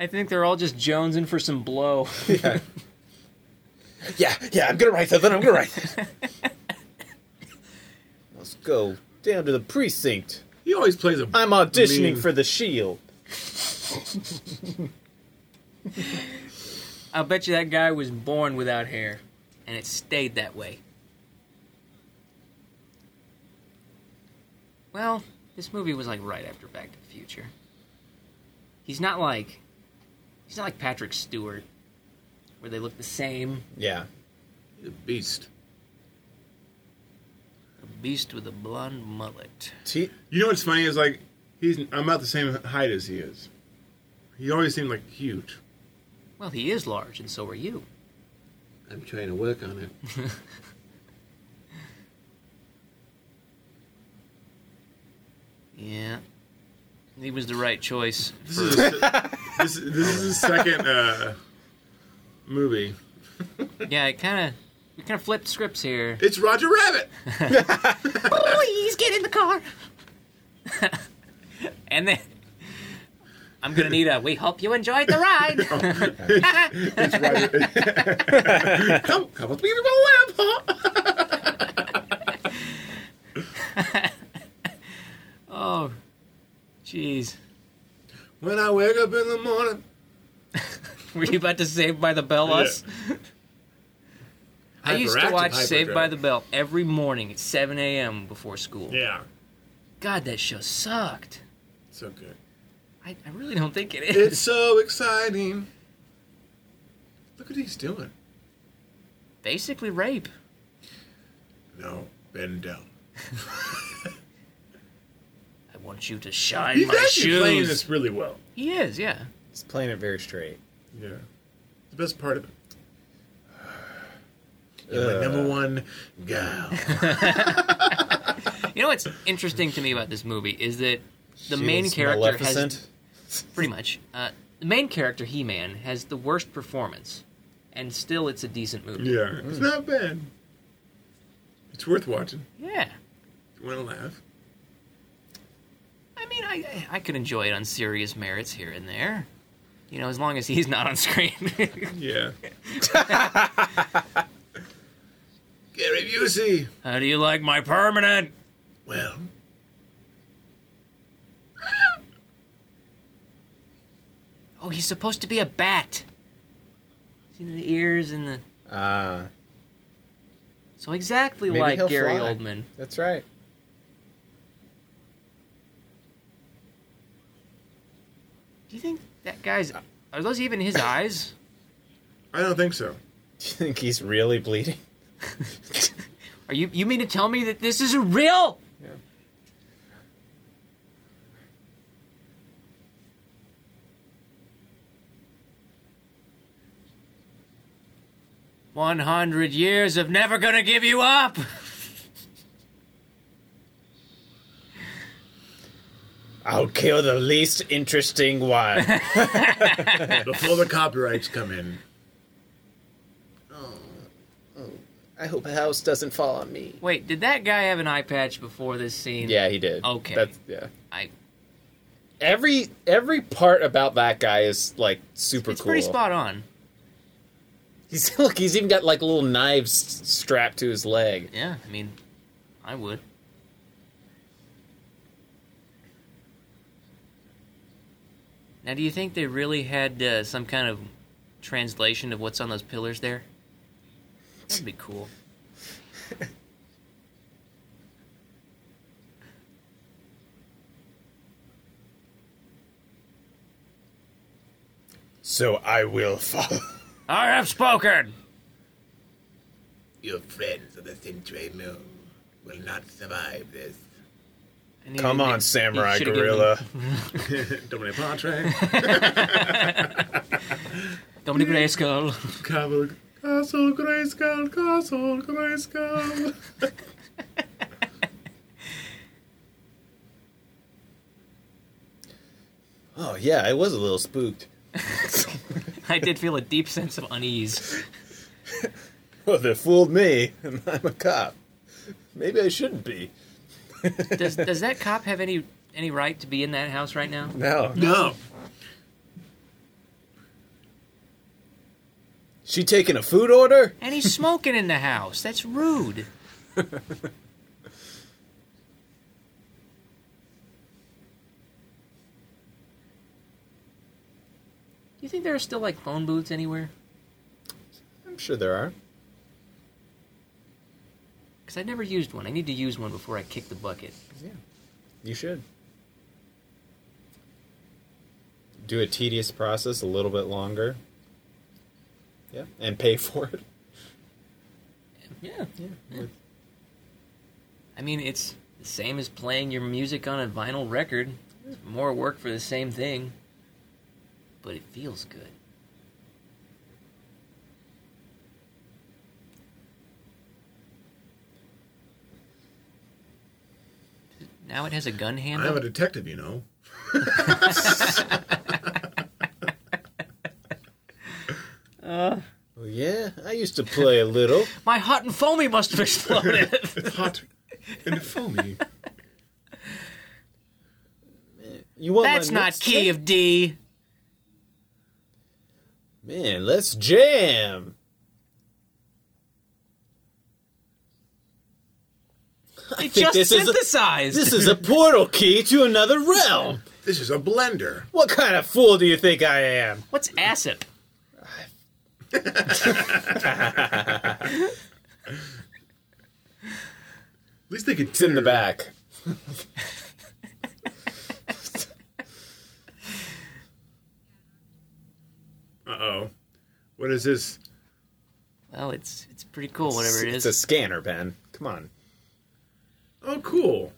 S1: I think they're all just jonesing for some blow.
S4: Yeah. yeah, yeah. I'm gonna write something. I'm gonna write. That. Let's go down to the precinct.
S3: He always plays a.
S1: Um,
S4: I'm auditioning
S3: mean-
S4: for the Shield.
S1: I'll bet you that guy was born without hair, and it stayed that way. Well, this movie was like right after Back to the Future. He's not like he's not like Patrick Stewart, where they look the same.
S4: Yeah.
S3: He's a beast.
S1: A beast with a blonde mullet.
S4: T-
S3: You know what's funny is like he's. I'm about the same height as he is. He always seemed like huge.
S1: Well, he is large, and so are you.
S3: I'm trying to work on it.
S1: Yeah, he was the right choice.
S3: This is a, this, this is his second uh, movie.
S1: yeah, it kind of we kind of flipped scripts here.
S3: It's Roger Rabbit. Oh,
S1: please get in the car. and then I'm gonna need a. We hope you enjoyed the ride.
S3: It's Roger. come, come with me to my lab, huh?
S1: oh, jeez.
S3: When I wake up in the morning,
S1: Were you about to Saved by the Bell us? I used to
S3: Hyperactive
S1: watch Saved by
S3: hyperdrive.
S1: the Bell every morning at 7 a.m. before school.
S3: yeah,
S1: God, that show sucked.
S3: so good.
S1: I, I really don't think it is.
S3: It's so exciting. Look what he's doing.
S1: basically rape.
S3: No, bend down.
S1: I want you to shine
S3: He's
S1: my
S3: actually playing
S1: shoes.
S3: this really well.
S1: He is, yeah.
S4: He's playing it very straight.
S3: Yeah, the best part of it. You're
S4: Uh,
S3: my number one gal.
S1: You know what's interesting to me about this movie is that the
S4: she
S1: main
S4: was
S1: character has
S4: Maleficent.
S1: pretty much. Uh, the main character, He Man, has the worst performance, and still it's a decent movie.
S3: yeah, it's not bad. It's worth watching.
S1: Yeah.
S3: If you want to laugh?
S1: I mean, I, I could enjoy it on serious merits here and there. You know, as long as he's not on screen.
S3: Yeah. Gary Busey.
S1: How do you like my permanent?
S3: Well,
S1: Oh, he's supposed to be a bat. See the ears and the.
S4: Ah,
S1: So exactly
S4: Maybe
S1: like
S4: he'll
S1: Gary
S4: fly.
S1: Oldman.
S4: that's right.
S1: Do you think that guy's. Are those even his eyes?
S3: I don't think so.
S4: Do you think he's really bleeding?
S1: Are you. You mean to tell me that this isn't real? 100 years of never gonna give you up.
S4: I'll kill the least interesting one.
S3: Before the copyrights come in.
S4: I hope a house doesn't fall on me.
S1: Wait, did that guy have an eye patch before this scene?
S4: Yeah, he did.
S1: Okay.
S4: That's yeah.
S1: I,
S4: Every every part about that guy is like super
S1: it's
S4: cool.
S1: pretty spot on.
S4: He's look, he's even got like little knives strapped to his leg.
S1: Yeah, I mean, I would. Now, do you think they really had uh, some kind of translation of what's on those pillars there? That'd be cool.
S4: So I will follow.
S1: All right, I've spoken.
S3: Your friends of the Century Moon will not survive this.
S1: I need-
S4: Come
S1: I need-
S4: on, samurai
S1: you should've given
S4: gorilla.
S3: Dominic Patre.
S1: them- Dominic Grayskull.
S3: Castle, Castle Grayskull, Castle Grayskull.
S4: Oh yeah, I was a little spooked.
S1: I did feel a deep sense of unease.
S4: Well, Oh, they fooled me, and I'm a cop. Maybe I shouldn't be.
S1: Does does that cop have any any right to be in that house right now?
S4: No,
S3: No.
S4: she taking a food order.
S1: And he's smoking in the house. That's rude. Do you think there are still like phone booths anywhere?
S4: I'm sure there are.
S1: Because I never used one. I need to use one before I kick the bucket.
S4: Yeah, you should. Do a tedious process a little bit longer. Yeah, and pay for it.
S1: Yeah. yeah. I mean, it's the same as playing your music on a vinyl record. It's more work for the same thing, but it feels good. Now it has a gun handle.
S3: I'm a detective, you know.
S4: Well, yeah, I used to play a little.
S1: My hot and foamy must have exploded.
S3: It's hot and foamy.
S4: You want my
S1: That's not
S4: next
S1: key
S4: step?
S1: of D.
S4: Man, let's jam.
S1: It
S4: think
S1: just
S4: this is a-
S1: synthesized.
S4: This is a portal key to another realm.
S3: This is a blender.
S4: What kind of fool do you think I am?
S1: What's ASIP?
S3: At least they could.
S4: It's in the back.
S3: Uh oh. What is this?
S1: Well, it's it's pretty cool, whatever it is.
S4: it's a scanner, Ben. Come on.
S3: Oh, cool.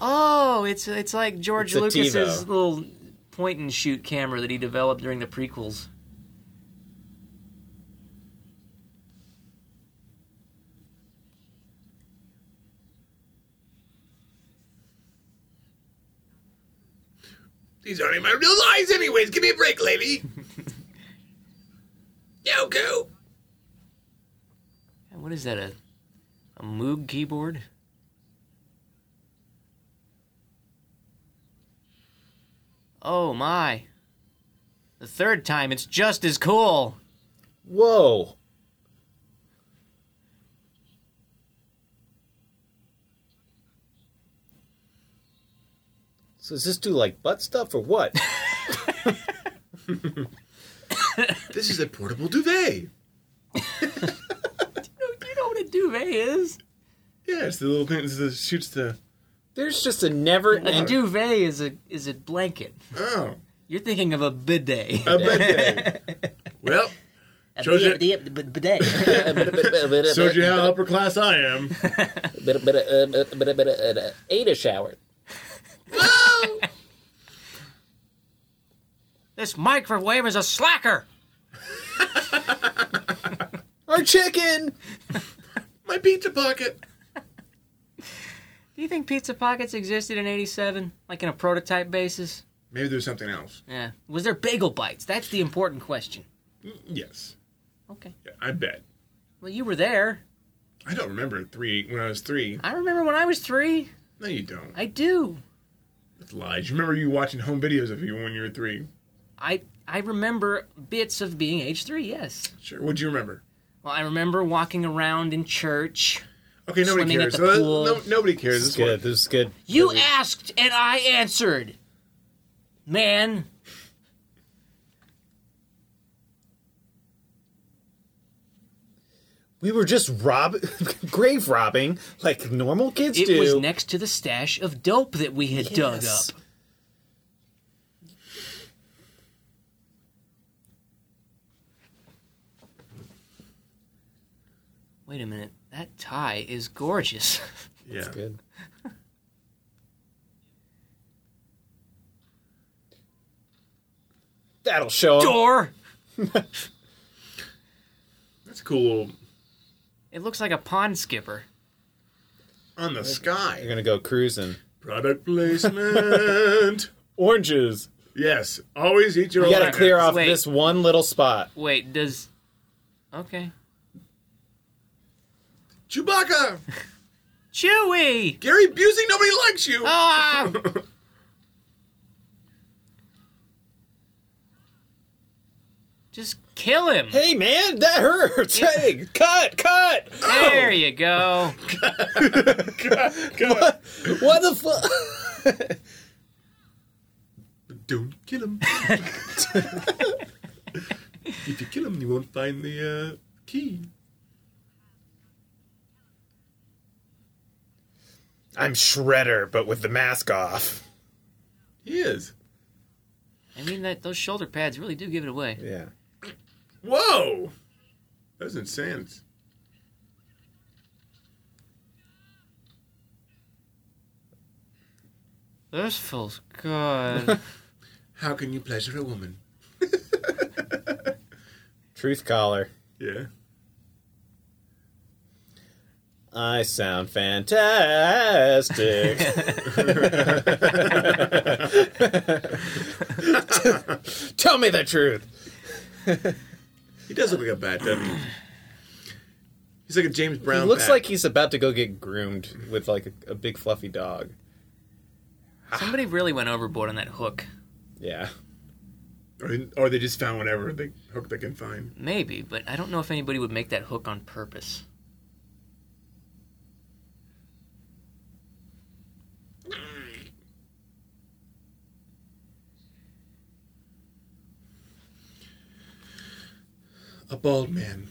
S1: Oh, it's it's like George
S4: It's a
S1: Lucas's
S4: TiVo.
S1: little point and shoot camera that he developed during the prequels.
S3: These aren't even my real eyes, anyways. Give me a break, lady. Yoko.
S1: And What is that a a Moog keyboard? Oh my. The third time it's just as cool.
S4: Whoa. So does this do like butt stuff or what?
S3: This is a portable duvet.
S1: You know, you know what a duvet is?
S3: Yeah, it's the little thing that shoots the.
S4: There's just a never
S1: A
S4: ending.
S1: duvet is a is a blanket.
S3: Oh.
S1: You're thinking of a bidet.
S4: Oh,
S3: A bidet. well, shows you, shows you how upper class I am.
S4: Ada shower.
S1: This microwave is a slacker.
S4: our chicken.
S3: My pizza pocket.
S1: Do you think pizza pockets existed in 87? Like in a prototype basis?
S3: Maybe there's something else.
S1: Yeah. Was there bagel bites? That's the important question.
S3: Yes.
S1: Okay.
S3: Yeah, I bet.
S1: Well, you were there.
S3: I don't remember three when I was three.
S1: I remember when I was three.
S3: No, you don't.
S1: I do.
S3: That's lies. You remember you watching home videos of you when you were three.
S1: I I remember bits of being age three. Yes.
S3: Sure. What'd you remember?
S1: Well, I remember walking around in church.
S3: Okay, nobody
S1: Swimming at
S3: cares.
S1: the
S3: Uh,
S1: pool.
S3: no- nobody cares.
S4: This is
S3: This one.
S4: good. This is good.
S1: You asked and I answered. Man.
S4: We were just rob, grave robbing like normal kids
S1: It
S4: do.
S1: was next to the stash of dope that we had dug
S4: Yes.
S1: up. Wait a minute. That tie is gorgeous.
S3: Yeah.
S4: Good. That'll show 'em.
S1: Door!
S3: That's cool.
S1: It looks like a pond skipper.
S3: On the
S4: You're
S3: sky.
S4: gonna go cruising.
S3: Product placement.
S4: Oranges.
S3: yes. Always eat your
S4: You gotta
S3: oranges.
S4: clear off
S1: Wait.
S4: this one little spot.
S1: Wait, does. Okay.
S3: Chewbacca.
S1: Chewy!
S3: Gary Busey. Nobody likes you.
S4: Oh.
S1: Ah! Just kill him!
S4: Hey man, that hurts. Hey, cut, cut.
S1: There you go.
S4: What the fuck?
S3: Don't kill him. if you kill him, you won't find the uh, key.
S4: I'm Shredder, but with the mask off.
S3: He is.
S1: I mean that those shoulder pads really do give it away.
S4: Yeah.
S3: Whoa. That's insane.
S1: This feels good.
S3: How can you pleasure a woman?
S4: Truth collar.
S3: Yeah.
S4: I sound fantastic. Tell me the truth.
S3: He does look like a bat, doesn't he? He's like a James
S4: He
S3: Brown.
S4: looks
S3: bat.
S4: like he's about to go get groomed with like a, a big fluffy dog.
S1: Somebody really went overboard on that hook.
S4: Yeah.
S3: Or, or they just found whatever they hook they can find.
S1: Maybe, but I don't know if anybody would make that hook on purpose.
S3: A bald man.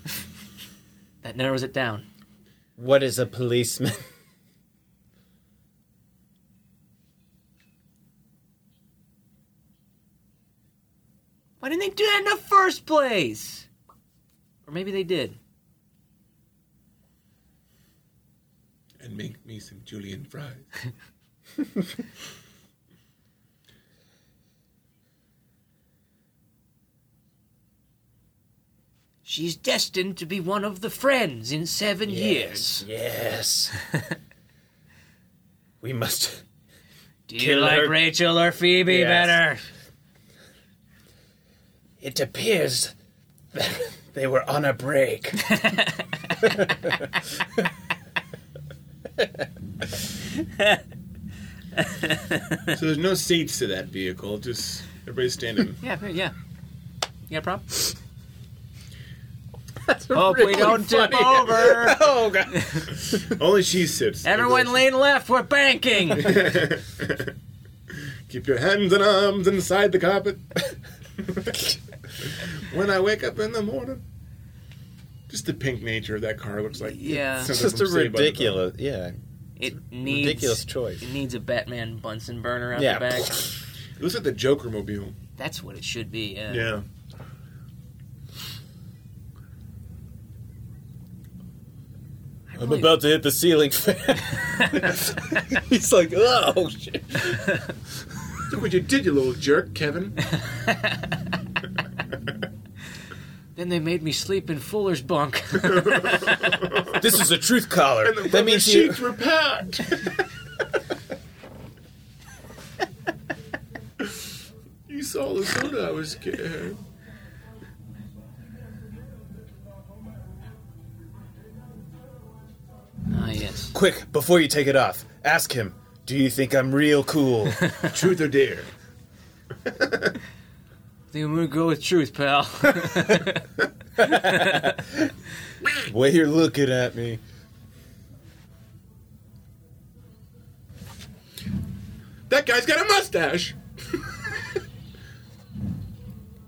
S1: That narrows it down.
S4: What is a policeman?
S1: Why didn't they do that in the first place? Or maybe they did.
S3: And make me some Julian fries.
S1: She's destined to be one of the friends in seven years.
S4: Yes. we must.
S1: Do
S4: Kill
S1: you like
S4: her.
S1: Rachel or Phoebe
S4: Yes.
S1: better?
S4: It appears that they were on a break.
S3: so there's no seats to that vehicle. Just everybody's standing.
S1: Yeah, fair- yeah. You got a problem? Hope we don't tip over.
S4: Oh god.
S3: Only she sits.
S1: Everyone lean left, we're banking.
S3: Keep your hands and arms inside the carpet. when I wake up in the morning. Just the pink nature of that car looks like.
S1: Yeah.
S3: something
S4: Just a
S3: from Saved by the Bell.
S4: ridiculous. Yeah.
S1: It needs
S4: Ridiculous choice.
S1: It needs a Batman Bunsen burner out
S4: Yeah.
S1: the back.
S3: It looks like the Joker mobile.
S1: That's what it should be. Yeah.
S3: Yeah.
S1: I
S4: I'm
S1: really-
S4: about to hit the ceiling fan. He's like, oh shit.
S3: Look what you did, you little jerk, Kevin.
S1: Then they made me sleep in Fuller's bunk.
S4: This is a truth
S3: The
S4: collar. That
S3: rubber
S4: means you.
S3: sheets were packed. you saw the soda I was getting.
S1: ah, yes.
S4: Quick, before you take it off, ask him, do you think I'm real cool?
S3: Truth or dare?
S1: Then we're gonna go with truth, pal.
S4: The way you're looking at me.
S3: That guy's got a mustache.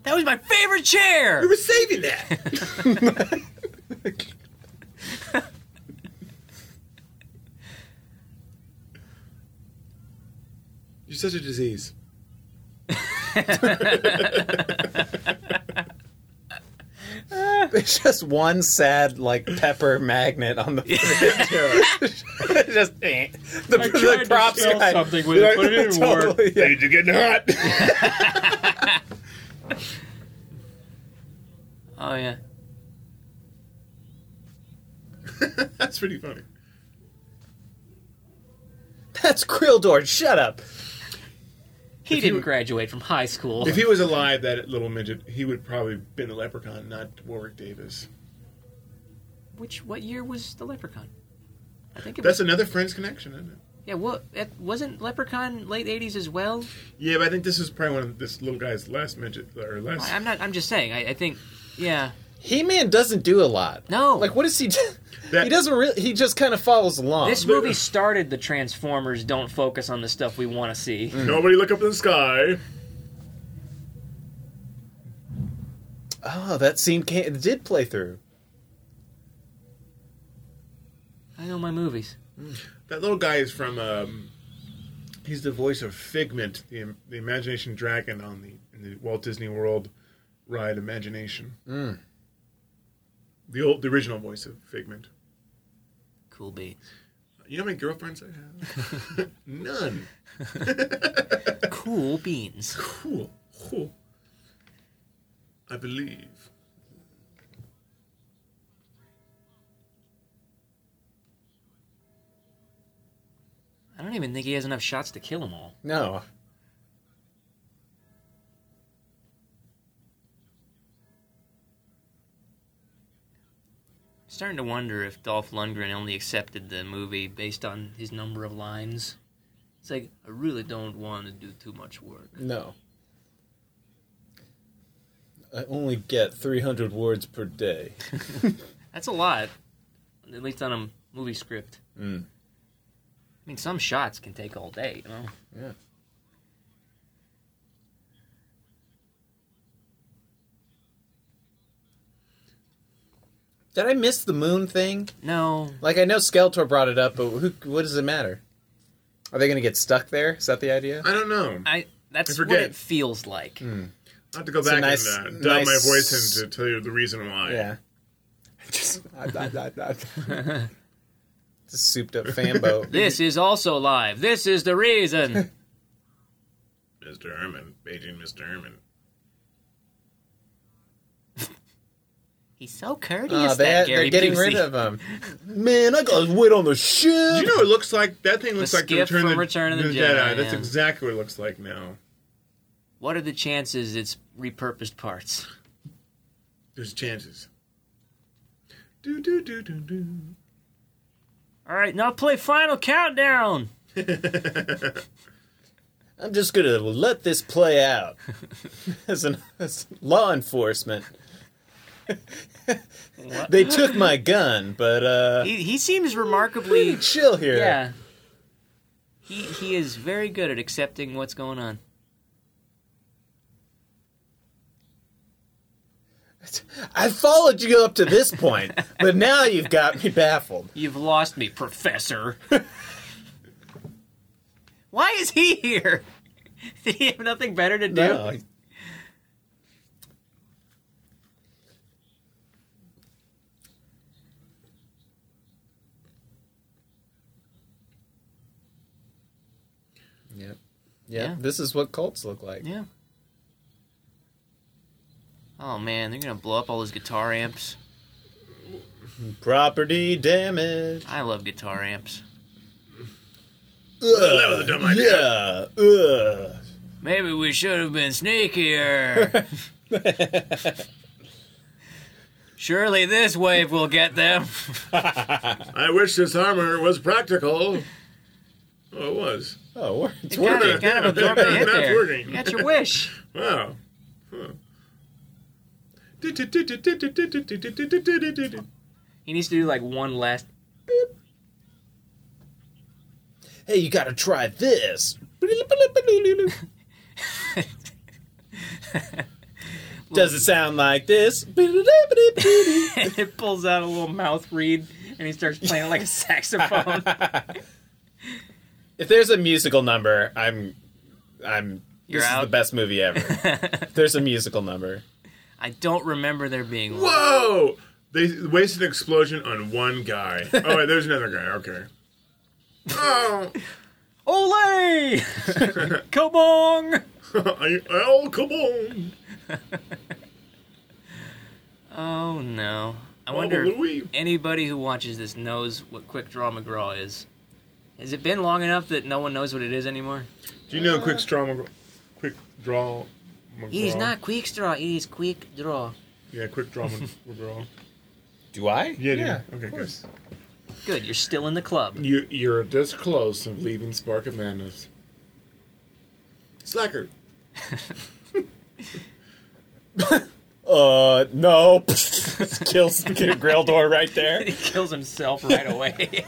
S1: that was my favorite chair!
S3: We were saving that. You're such a disease.
S4: There's just one sad, like, pepper magnet on the fridge. just eh. the,
S7: I tried to sell something with it, but it didn't work.
S4: Totally, yeah.
S3: You're getting hot.
S1: Oh, yeah.
S3: That's pretty funny.
S4: That's Krildor, shut up.
S1: He didn't graduate from high school.
S3: If he was alive, that little midget, he would probably have been a leprechaun, not Warwick Davis.
S1: Which, what year was the Leprechaun? I think it
S3: That's
S1: was.
S3: another Friends connection, isn't it?
S1: yeah, well, that wasn't Leprechaun late 80s as well?
S3: Yeah, but I think this is probably one of this little guy's last midget or last.
S1: I, I'm not, I'm just saying, I, I think, yeah.
S4: He Man doesn't do a lot.
S1: No.
S4: Like, what does he do?
S3: That-
S4: he doesn't really. He just kind of follows along.
S1: This movie started the Transformers don't focus on the stuff we want to see.
S3: Nobody look up in the sky.
S4: oh, that scene came, did play through.
S1: I know my movies.
S3: That little guy is from. Um, he's the voice of Figment, the, the imagination dragon on the in the Walt Disney World ride Imagination. The old, the original voice of Figment.
S1: Cool beats.
S3: You know how many girlfriends I have? None.
S1: Cool beans.
S3: Cool. Cool. I believe.
S1: I don't even think he has enough shots to kill them all.
S4: No.
S1: I'm starting to wonder if Dolph Lundgren only accepted the movie based on his number of lines. It's like, I really don't want to do too much work.
S4: No. I only get 300 words per day.
S1: That's a lot, at least on a movie script.
S4: Mm.
S1: I mean, some shots can take all day, you know?
S4: Yeah. Did I miss the moon thing?
S1: No,
S4: Like I know Skeletor brought it up, but who? What does it matter? Are they going to get stuck there? Is that the idea?
S3: I don't know.
S1: I. That's
S3: I
S1: what
S3: forget.
S1: it feels like.
S4: Mm.
S3: I have to go
S4: a
S3: back
S4: nice-
S3: and uh, dial my
S4: nice-
S3: voice in to tell you the reason why.
S4: Yeah. Just, I, I, I, I, just souped up Fambo.
S1: This is also live. This is the reason.
S3: Mr. Herman, Beijing Mr. Herman.
S1: He's so courteous,
S4: Uh,
S1: that
S4: they,
S1: Gary
S4: they're getting
S1: Busey.
S4: rid of him. Man, I got to wait on the ship.
S3: Do you know it looks like? That thing looks like the
S1: skiff
S3: Return, of
S1: from
S3: the,
S1: Return of the
S3: Jedi.
S1: Jedi,
S3: That's
S1: yeah.
S3: exactly what it looks like now.
S1: What are the chances it's repurposed parts?
S3: There's chances. Do do do do do.
S1: All right, now play Final Countdown.
S4: I'm just gonna let this play out as an as law enforcement. they took my gun, but uh,
S1: He, he seems remarkably
S4: pretty chill here.
S1: yeah. He he is very good at accepting what's going on.
S4: I followed you up to this point, but now you've got me baffled.
S1: You've lost me, Professor. Why is he here? Did he have nothing better to do?
S4: No. Yep. Yeah,
S1: Yeah.
S4: this is what cults look like.
S1: Yeah. Oh man, they're gonna blow up all those guitar amps.
S4: Property damage.
S1: I love guitar amps.
S3: Oh, that was a dumb idea.
S4: Yeah. Ugh.
S1: Maybe we should have been sneakier. Surely this wave will get them.
S3: I wish this armor was practical. Oh, it was.
S4: Oh, it's
S1: Kind
S4: working.
S1: of, kind of absorbed the hit
S3: That's
S1: there.
S3: working.
S1: You got your wish.
S3: Wow. Huh.
S1: He needs to do like one last.
S4: Hey, you gotta try this. Does it sound like this?
S1: and it pulls out a little mouth reed, and he starts playing it like a saxophone.
S4: If there's a musical number, I'm, I'm.
S1: You're
S4: this is
S1: out.
S4: the best movie ever. if there's a musical number.
S1: I don't remember there being one.
S3: Whoa! They wasted an explosion on one guy. Oh, wait, there's another guy. Okay. Oh,
S1: Ole! Kobong!
S3: I, oh, come on.
S1: Oh no. I
S3: Oh,
S1: wonder if
S3: Louis.
S1: anybody who watches this knows what Quick Draw McGraw is. Has it been long enough that no one knows what it is anymore?
S3: Do you know quick straw? McGraw- Quick draw. McGraw?
S1: It is not Quick Draw, it is Quick Draw.
S3: Yeah, quick draw. McGraw.
S4: Do I?
S3: Yeah, yeah. Okay, good.
S1: Good, you're still in the club.
S8: You, you're this close of leaving Spark of Madness.
S3: Slacker.
S4: Uh, no. Kills the grill door right there.
S1: He kills himself right away.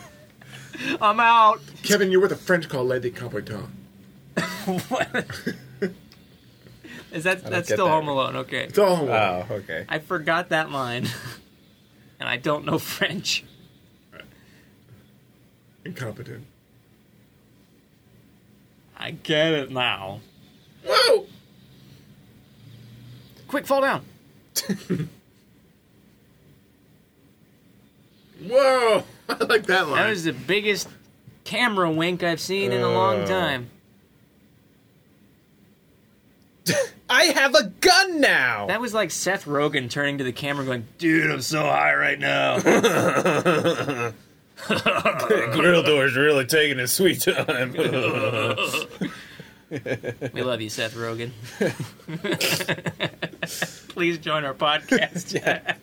S1: I'm out.
S8: Kevin, you're what the French call Lady Compagnon.
S1: What? is that that's
S4: get
S1: still
S4: that.
S1: Home Alone? Okay.
S8: It's all
S2: Uh.
S4: Oh, okay.
S1: I forgot that line. and I don't know French.
S3: Incompetent.
S1: I get it now.
S3: Whoa!
S1: Quick fall down.
S3: Whoa! I like that line.
S1: That was the biggest camera wink I've seen in a long time.
S4: I have a gun now.
S1: That was like Seth Rogen turning to the camera going, Dude, I'm so high right now.
S4: grill door's really taking a sweet time.
S1: we love you, Seth Rogen. Please join our podcast.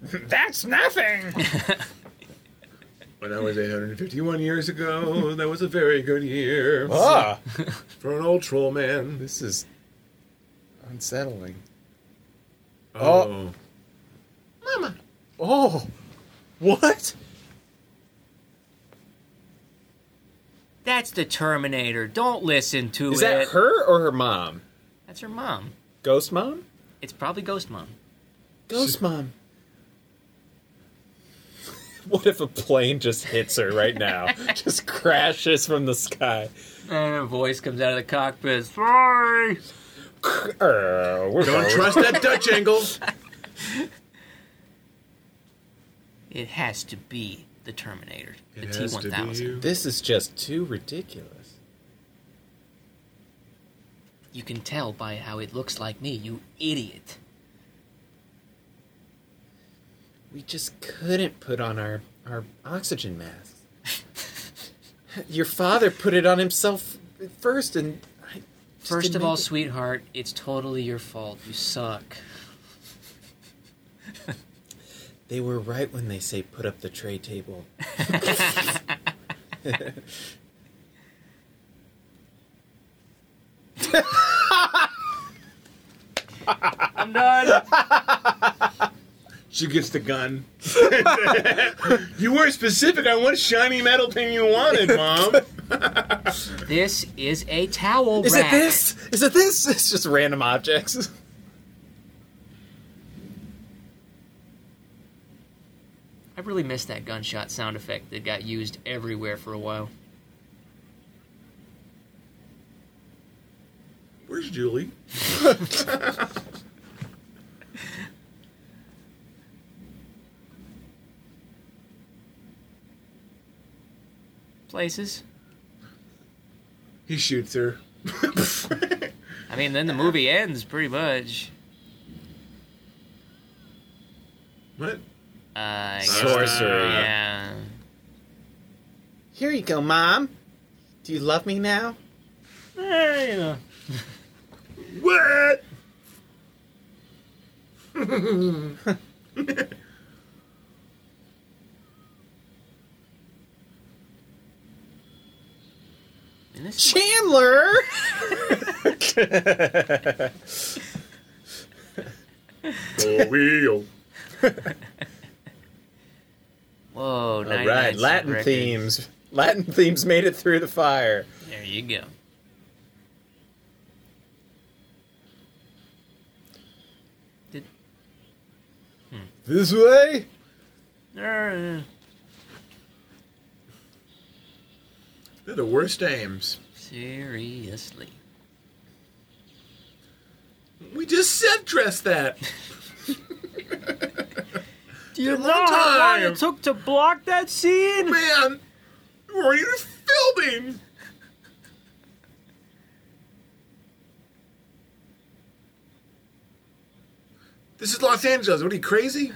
S4: That's nothing.
S3: When I was 851 years ago, that was a very good year
S4: Ah,
S3: for an old troll man.
S4: this is unsettling.
S3: Oh.
S4: Oh, what?
S1: That's the Terminator. Don't listen to
S4: Is
S1: it.
S4: that her or her mom?
S1: That's her mom.
S4: Ghost mom?
S1: It's probably Ghost Mom.
S4: Ghost mom. What if a plane just hits her right now? just crashes from the sky.
S1: And a voice comes out of the cockpit. Sorry.
S4: Err, we're
S3: Don't
S4: both-
S3: trust that Dutch angle.
S1: It has to be the Terminator. The
S3: It
S1: T
S3: has
S1: one
S3: to be
S1: thousand.
S3: you.
S4: This is just too ridiculous.
S1: You can tell by how it looks like me, you idiot.
S4: We just couldn't put on our, our oxygen mask. Your father put it on himself first, and I just
S1: First
S4: didn't
S1: of all,
S4: make it.
S1: sweetheart, it's totally your fault. You suck.
S4: they were right when they say put up the tray table.
S1: I'm done.
S3: She gets the gun. you were specific on what shiny metal thing you wanted, Mom.
S1: this is a towel
S4: Is it
S1: rack.
S4: this? Is it this? It's just random objects.
S1: I really miss that gunshot sound effect that got used everywhere for a while.
S3: Where's Julie?
S1: Places.
S8: He shoots her.
S1: I mean, then the movie ends pretty much.
S3: What?
S1: Uh, I guess-
S4: Sorcery.
S1: yeah.
S4: Here you go, Mom. Do you love me now?
S7: Eh, you know.
S3: What?
S1: And this-
S4: Chandler! Ah.
S3: Oh, wheel.
S1: Whoa,
S4: All
S1: 99
S4: right,
S1: cent
S4: Latin
S1: record.
S4: themes. Latin themes made it through the fire.
S1: There you go. Did,
S4: This way?
S1: uh,
S3: They're the worst aims.
S1: seriously.
S3: We just said dress that.
S7: Do you
S3: One
S7: know how long
S3: time.
S7: it took to block that scene?
S3: Man, were you filming? This is Los Angeles. What are you crazy?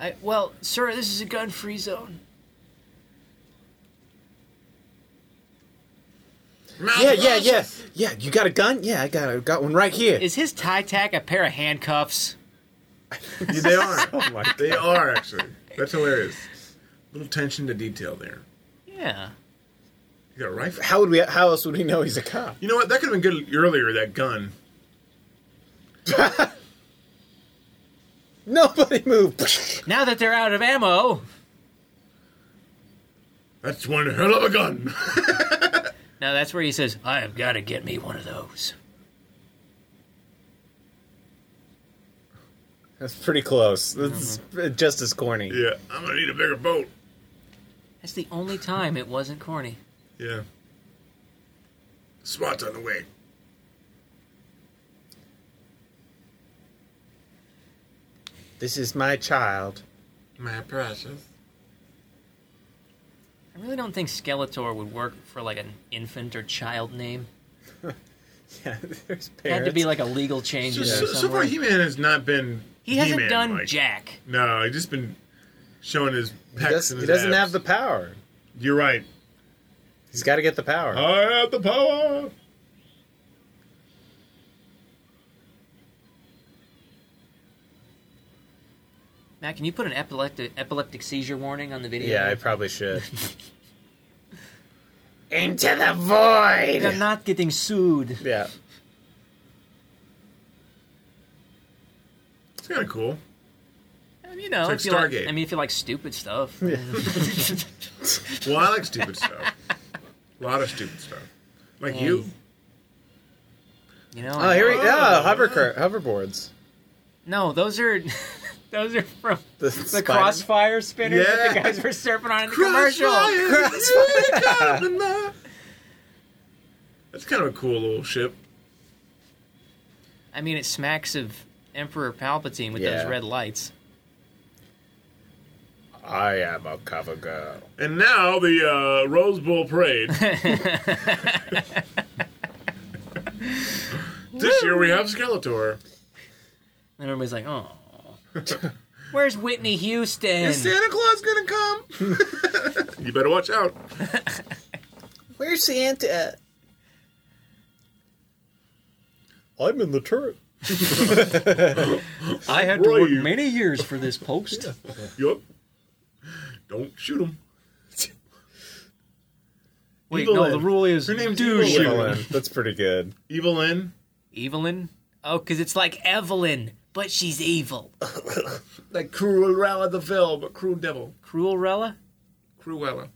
S6: I, well, sir, this is a gun-free zone.
S4: Yeah, yeah, yeah. Yeah, you got a gun? Yeah, I got I got one right here.
S1: Is his tie tack a pair of handcuffs?
S3: Yeah, they are.
S4: my
S3: they are actually. That's hilarious. Little attention to detail there.
S1: Yeah.
S3: You got a rifle.
S4: How would we how else would we know he's a cop?
S3: You know what? That could have been good earlier. That gun.
S4: Nobody move.
S1: Now that they're out of ammo,
S3: That's one hell of a gun.
S1: now that's where he says, I have got to get me one of those.
S4: That's pretty close. That's just as corny.
S3: yeah, I'm gonna need a bigger boat.
S1: That's the only time it wasn't corny.
S3: Yeah. SWAT's on the way.
S4: This is my child.
S3: My precious.
S1: I really don't think Skeletor would work for like an infant or child name.
S4: Yeah, there's parents.
S1: It had to be like a legal change
S3: So,
S1: in
S3: so,
S1: there
S3: so far,
S1: somewhere.
S3: He-Man has not been.
S1: He hasn't
S3: He-Man,
S1: done
S3: like.
S1: Jack.
S3: No, he's just been showing his pecs
S4: he, does,
S3: and
S4: he
S3: his
S4: doesn't have
S3: abs.
S4: the power.
S3: You're right.
S4: He's got to get the power.
S3: I have the power.
S1: Matt, can you put an epileptic epileptic seizure warning on the video?
S4: Yeah, I probably should. Into the void.
S1: I'm not getting sued.
S4: Yeah.
S3: It's kind of cool.
S1: I mean, You know,
S3: It's
S1: if you
S3: like
S1: like,
S3: Stargate.
S1: I mean, if you like stupid stuff.
S3: Well, I like stupid stuff. A lot of stupid stuff. Like you.
S1: You know.
S4: Oh, here we go. Oh, hovercraft, hoverboards.
S1: No, those are those are from
S4: The,
S7: The
S4: spider-
S7: crossfire spinner that the
S3: Yeah.
S7: guys were surfing on in the commercial.
S3: Crossfire, you got in there. That's kind of a cool little ship.
S1: I mean, it smacks of Emperor Palpatine with
S4: Yeah.
S1: those red lights.
S4: I am a cover girl.
S3: And now the uh, Rose Bowl Parade. this year we have Skeletor.
S1: And everybody's like, "Oh, where's Whitney Houston?"
S3: Santa Claus gonna come? you better watch out.
S4: Where's Santa? I'm in the turret.
S7: I had
S3: to work Right.
S7: many years for this post.
S3: Yup. Don't shoot him.
S7: Wait,
S3: Evil
S7: no,
S3: Ed.
S7: the rule is
S3: Her name's
S7: do
S3: Evil
S7: shoot.
S3: Ed.
S4: Evelyn. That's pretty good.
S3: Evil in.
S1: Evelyn? Oh, because it's like Evelyn, but she's evil.
S3: Like Cruella the Veil, but cruel devil.
S1: Cruelrella?
S3: Cruella.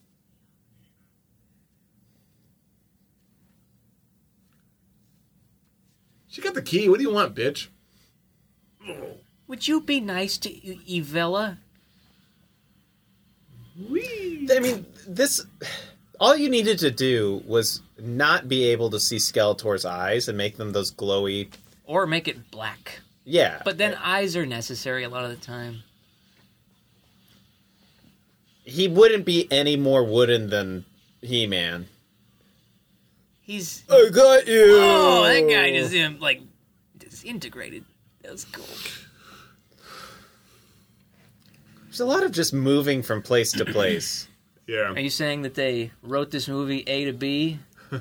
S3: She got the key. What do you want, bitch?
S1: Would you be nice to E- Evella?
S4: I mean, this. All you needed to do was not be able to see Skeletor's eyes and make them those glowy.
S1: Or make it black.
S4: Yeah.
S1: But then eyes are necessary a lot of the time.
S4: he wouldn't be any more wooden than He Man.
S1: He's
S4: I got you.
S1: oh, that guy is in, like disintegrated. That was cool.
S4: There's a lot of just moving from place to place.
S3: Yeah.
S1: Are you saying that they wrote this movie A to B? Ow!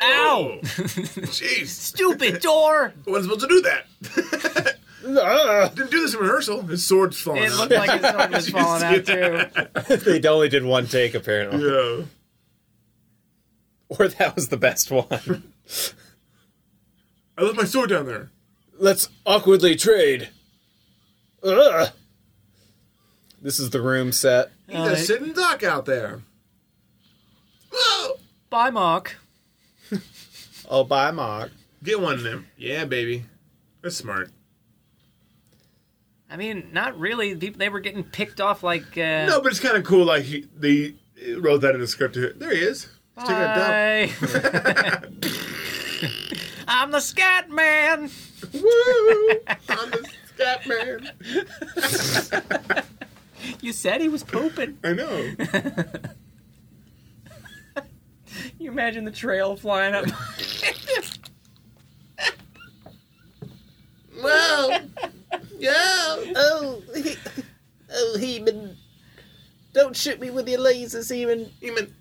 S3: Oh. Jeez.
S1: Stupid door!
S3: Wasn't supposed to do that.
S4: Ah,
S3: Didn't do this in rehearsal. His sword's falling
S6: It
S3: out.
S6: looked like his sword was falling out too.
S4: they only did one take apparently,
S3: yeah.
S4: or that was the best one.
S3: I left my sword down there.
S4: Let's awkwardly trade. Ugh. This is the room set.
S3: He's a sitting duck out there. Whoa!
S1: Bye, Mark.
S4: Oh, bye, Mark.
S3: Get one of them. Yeah, baby. That's smart.
S1: I mean, not really. People They were getting picked off like. Uh,
S3: No, but it's kind of cool. Like he, they wrote that in the script. There he is. He's taking a dump.
S1: Bye. I'm the scat man.
S3: Woo! I'm the scat man.
S1: You said he was pooping.
S3: I know.
S7: you imagine the trail flying up?
S4: Whoa! Yeah! Oh, he, oh, Heman! Don't shoot me with your lasers, Heman! Heman!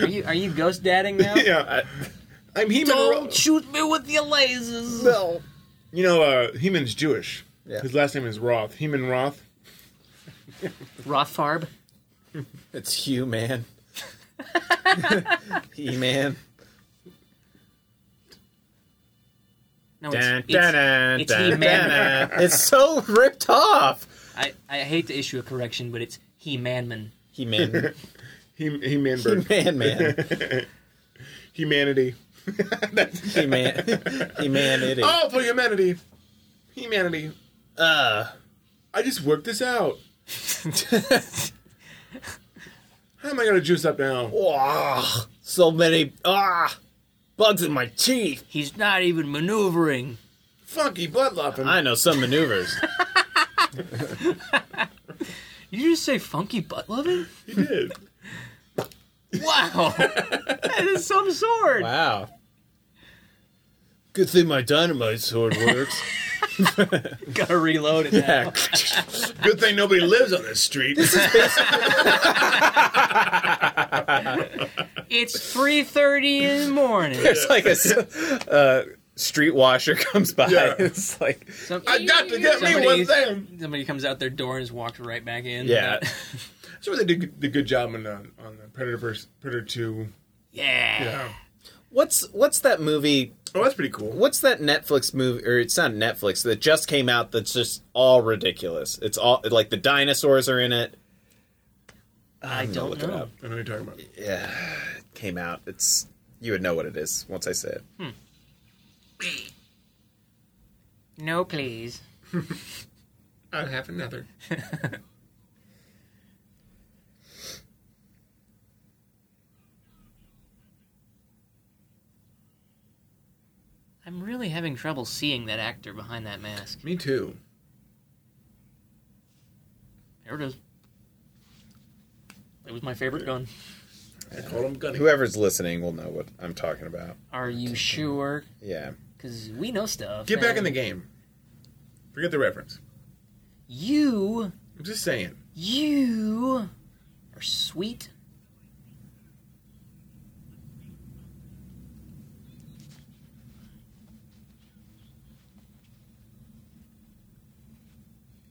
S7: Are you are you ghost dadding now?
S3: Yeah, I, am Heman. Ro-
S6: Shoot me with your lasers.
S4: No!
S3: you know, uh, Heman's Jewish.
S4: Yeah.
S3: His last name is Roth. Heman Roth.
S1: Rothfarb.
S4: It's Hugh Man. he Man.
S1: No, it's, it's, it's He-Man.
S4: It's so ripped off!
S1: I, I hate to issue a correction, but it's He Manman.
S4: He Man.
S3: He He Man
S4: He
S3: Bird.
S4: Man Man.
S3: Humanity.
S4: He Man. He Man it is.
S3: Oh, for humanity. Humanity.
S4: Uh,
S3: I just worked this out. How am I gonna juice up now?
S4: wow. So many. Ah! Bugs in my teeth!
S1: He's not even maneuvering.
S3: Funky blood lopping.
S4: I know some maneuvers.
S1: Did you just say funky butt loving?
S3: He did.
S1: Wow. that is some sort.
S4: Wow. Good thing my dynamite sword works.
S7: Gotta reload it. Now.
S3: Good thing nobody lives on this street.
S1: It's 3.30 in the morning.
S4: There's like a s- uh, street washer comes by.
S3: Yeah.
S4: It's like,
S7: Some-
S3: I got to get me one
S7: Somebody's-
S3: thing.
S7: somebody comes out their door and just walks right back in.
S4: yeah,
S3: That's where they did g- the good job on the, on the Predator versus Predator Two.
S1: Yeah.
S3: Yeah.
S4: what's what's that movie?
S3: Oh, that's pretty cool.
S4: What's that Netflix movie? Or it's not Netflix that just came out. That's just all ridiculous. It's all like the dinosaurs are in it.
S1: I
S4: I'll
S1: don't
S4: look it
S1: know.
S4: up.
S3: I know what you're talking about.
S4: Yeah, it came out. It's you would know what it is once I say it.
S1: No, please.
S3: I'll have another.
S1: I'm really having trouble seeing that actor behind that mask.
S3: Me too.
S1: There it is. It was my favorite gun.
S3: I called him Gunny.
S4: Whoever's listening will know what I'm talking about.
S1: Are you sure?
S4: Yeah,
S1: Because we know stuff.
S3: Get back in
S1: and
S3: the game. Forget the reference.
S1: You,
S3: I'm just saying.
S1: you are sweet.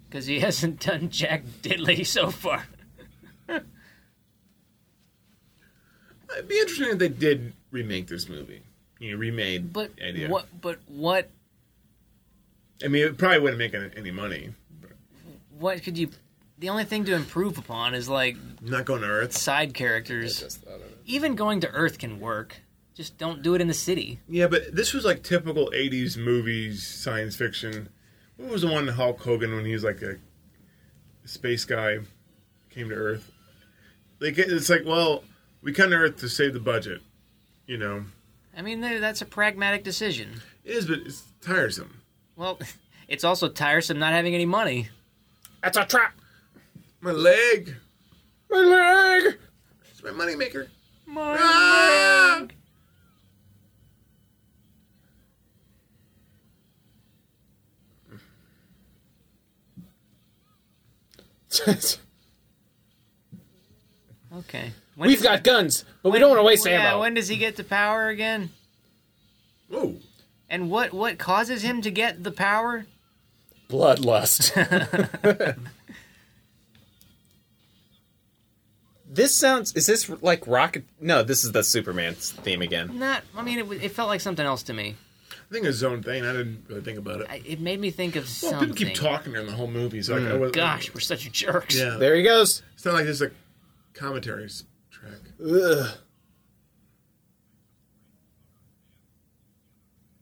S1: Because he hasn't done Jack Diddley so far.
S3: It'd be interesting if they did remake this movie. You know, remade
S1: But
S3: the idea.
S1: what? But what?
S3: I mean, it probably wouldn't make any- any money.
S1: What could you? The only thing to improve upon is like
S3: Not going to Earth.
S1: side characters.
S4: just thought of it.
S1: Even going to Earth can work. Just don't do it in the city.
S3: Yeah, but this was like typical '80s movies, science fiction. What was the one Hulk Hogan when he was like a space guy came to Earth? Like it's like, well, we come to Earth to save the budget. You know,
S1: I mean, th- that's a pragmatic decision.
S3: it is, but it's tiresome.
S1: Well, it's also tiresome not having any money.
S3: That's a trap. My leg.
S4: My leg.
S3: It's my moneymaker.
S1: My
S3: Ah!
S1: leg. Okay. When
S4: We've
S1: does-
S4: got guns, but we don't want to waste
S9: yeah,
S4: ammo.
S9: when does he get the power again?
S3: Whoa.
S9: And what what causes him to get the power?
S4: Bloodlust. this sounds. Is this like Rocket? No, this is the Superman theme again.
S9: Not. I mean, it, w- it felt like something else to me.
S3: I think it's his own thing. I didn't really think about it.
S9: I, it made me think of
S3: Well,
S9: something. Mm.
S3: people keep talking during the whole movie, so I, I was
S9: Gosh, we're such jerks.
S3: Yeah,
S4: There he goes.
S3: it's not like there's a commentaries track.
S4: Ugh.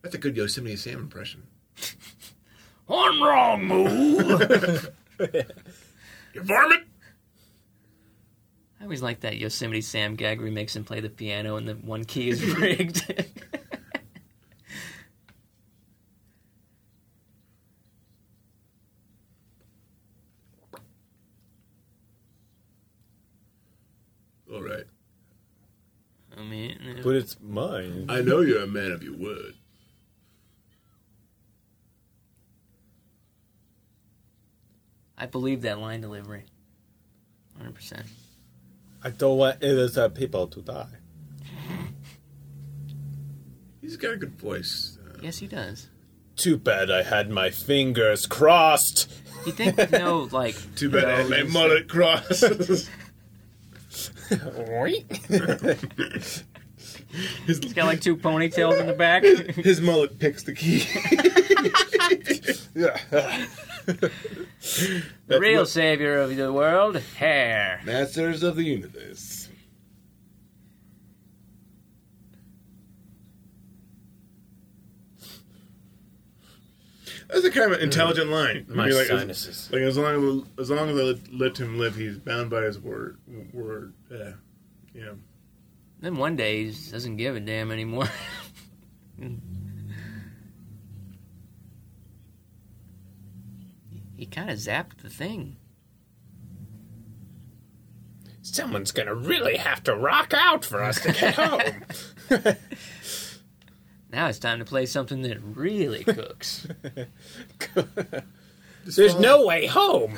S3: That's a good Yosemite Sam impression.
S10: One wrong move.
S3: You varmint!
S1: I always like that Yosemite Sam gag where he makes him play the piano and the one key is rigged.
S3: All right.
S1: I mean,
S4: But it's mine.
S3: I know you're a man of your word.
S1: I believe that line delivery. 100%.
S4: I don't want innocent people to die.
S3: He's got a good voice. Uh,
S1: Yes, he does.
S4: Too bad I had my fingers crossed.
S1: You think with no like
S3: too bad I had my mullet cross. His
S1: he's got like two ponytails in the back.
S3: mullet picks the key.
S1: the real savior of the world, hair.
S2: Masters of the universe.
S3: That's a kind of intelligent line. I
S4: My
S3: mean, like,
S4: sinuses.
S3: As, like as long as, as long as they let, let him live, he's bound by his word. Word. Uh, you know.
S1: Then one day he just doesn't give a damn anymore. he kind of zapped the thing.
S4: Someone's gonna really have to rock out for us to get home.
S1: Now it's time to play something that really cooks.
S4: There's no way home.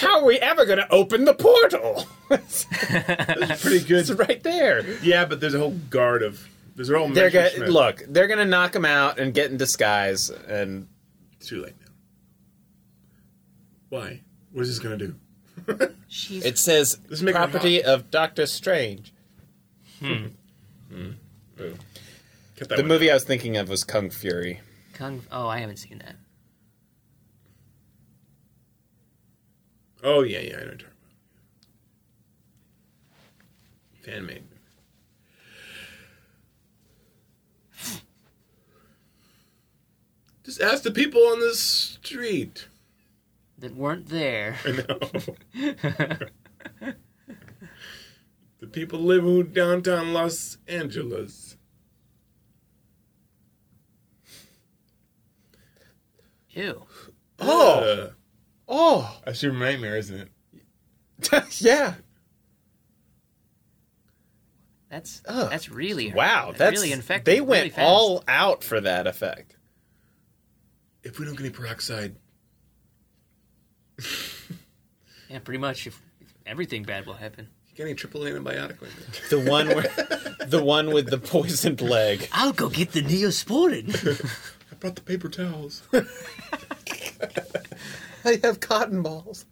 S4: How are we ever gonna open the portal?
S3: That's pretty
S4: It's
S3: good.
S4: right there.
S3: Yeah, but there's a whole guard of. There's a whole.
S4: They're
S3: Messerschmitt.
S4: gonna look. They're gonna knock him out and get in disguise. And
S3: It's too late now. Why? What is this gonna do?
S1: She's
S4: it says
S3: Let's make it
S4: property of Doctor Strange.
S3: Cut that
S4: The
S3: one
S4: movie I was thinking of was Kung Fury.
S1: kung. Oh, I haven't seen that.
S3: out. Oh yeah, yeah, I know. What you're talking about. Fan made. Just ask the people on the street.
S1: That weren't there.
S3: The people living in downtown Los Angeles.
S1: Ew.
S4: Oh,
S3: Uh,
S4: oh,
S3: that's your nightmare, isn't it?
S4: yeah.
S1: That's
S4: Ugh.
S1: that's really
S4: Wow,
S1: that's
S4: that's
S1: really infected.
S4: They
S1: really
S4: went
S1: fast.
S4: all out for that effect.
S3: If we don't get any peroxide,
S1: Yeah, pretty much. If, if everything bad will happen.
S3: get any triple antibiotic right now.
S4: The one where, the one with the poisoned leg.
S1: I'll go get the neosporin.
S3: I brought the paper towels.
S4: I have cotton balls.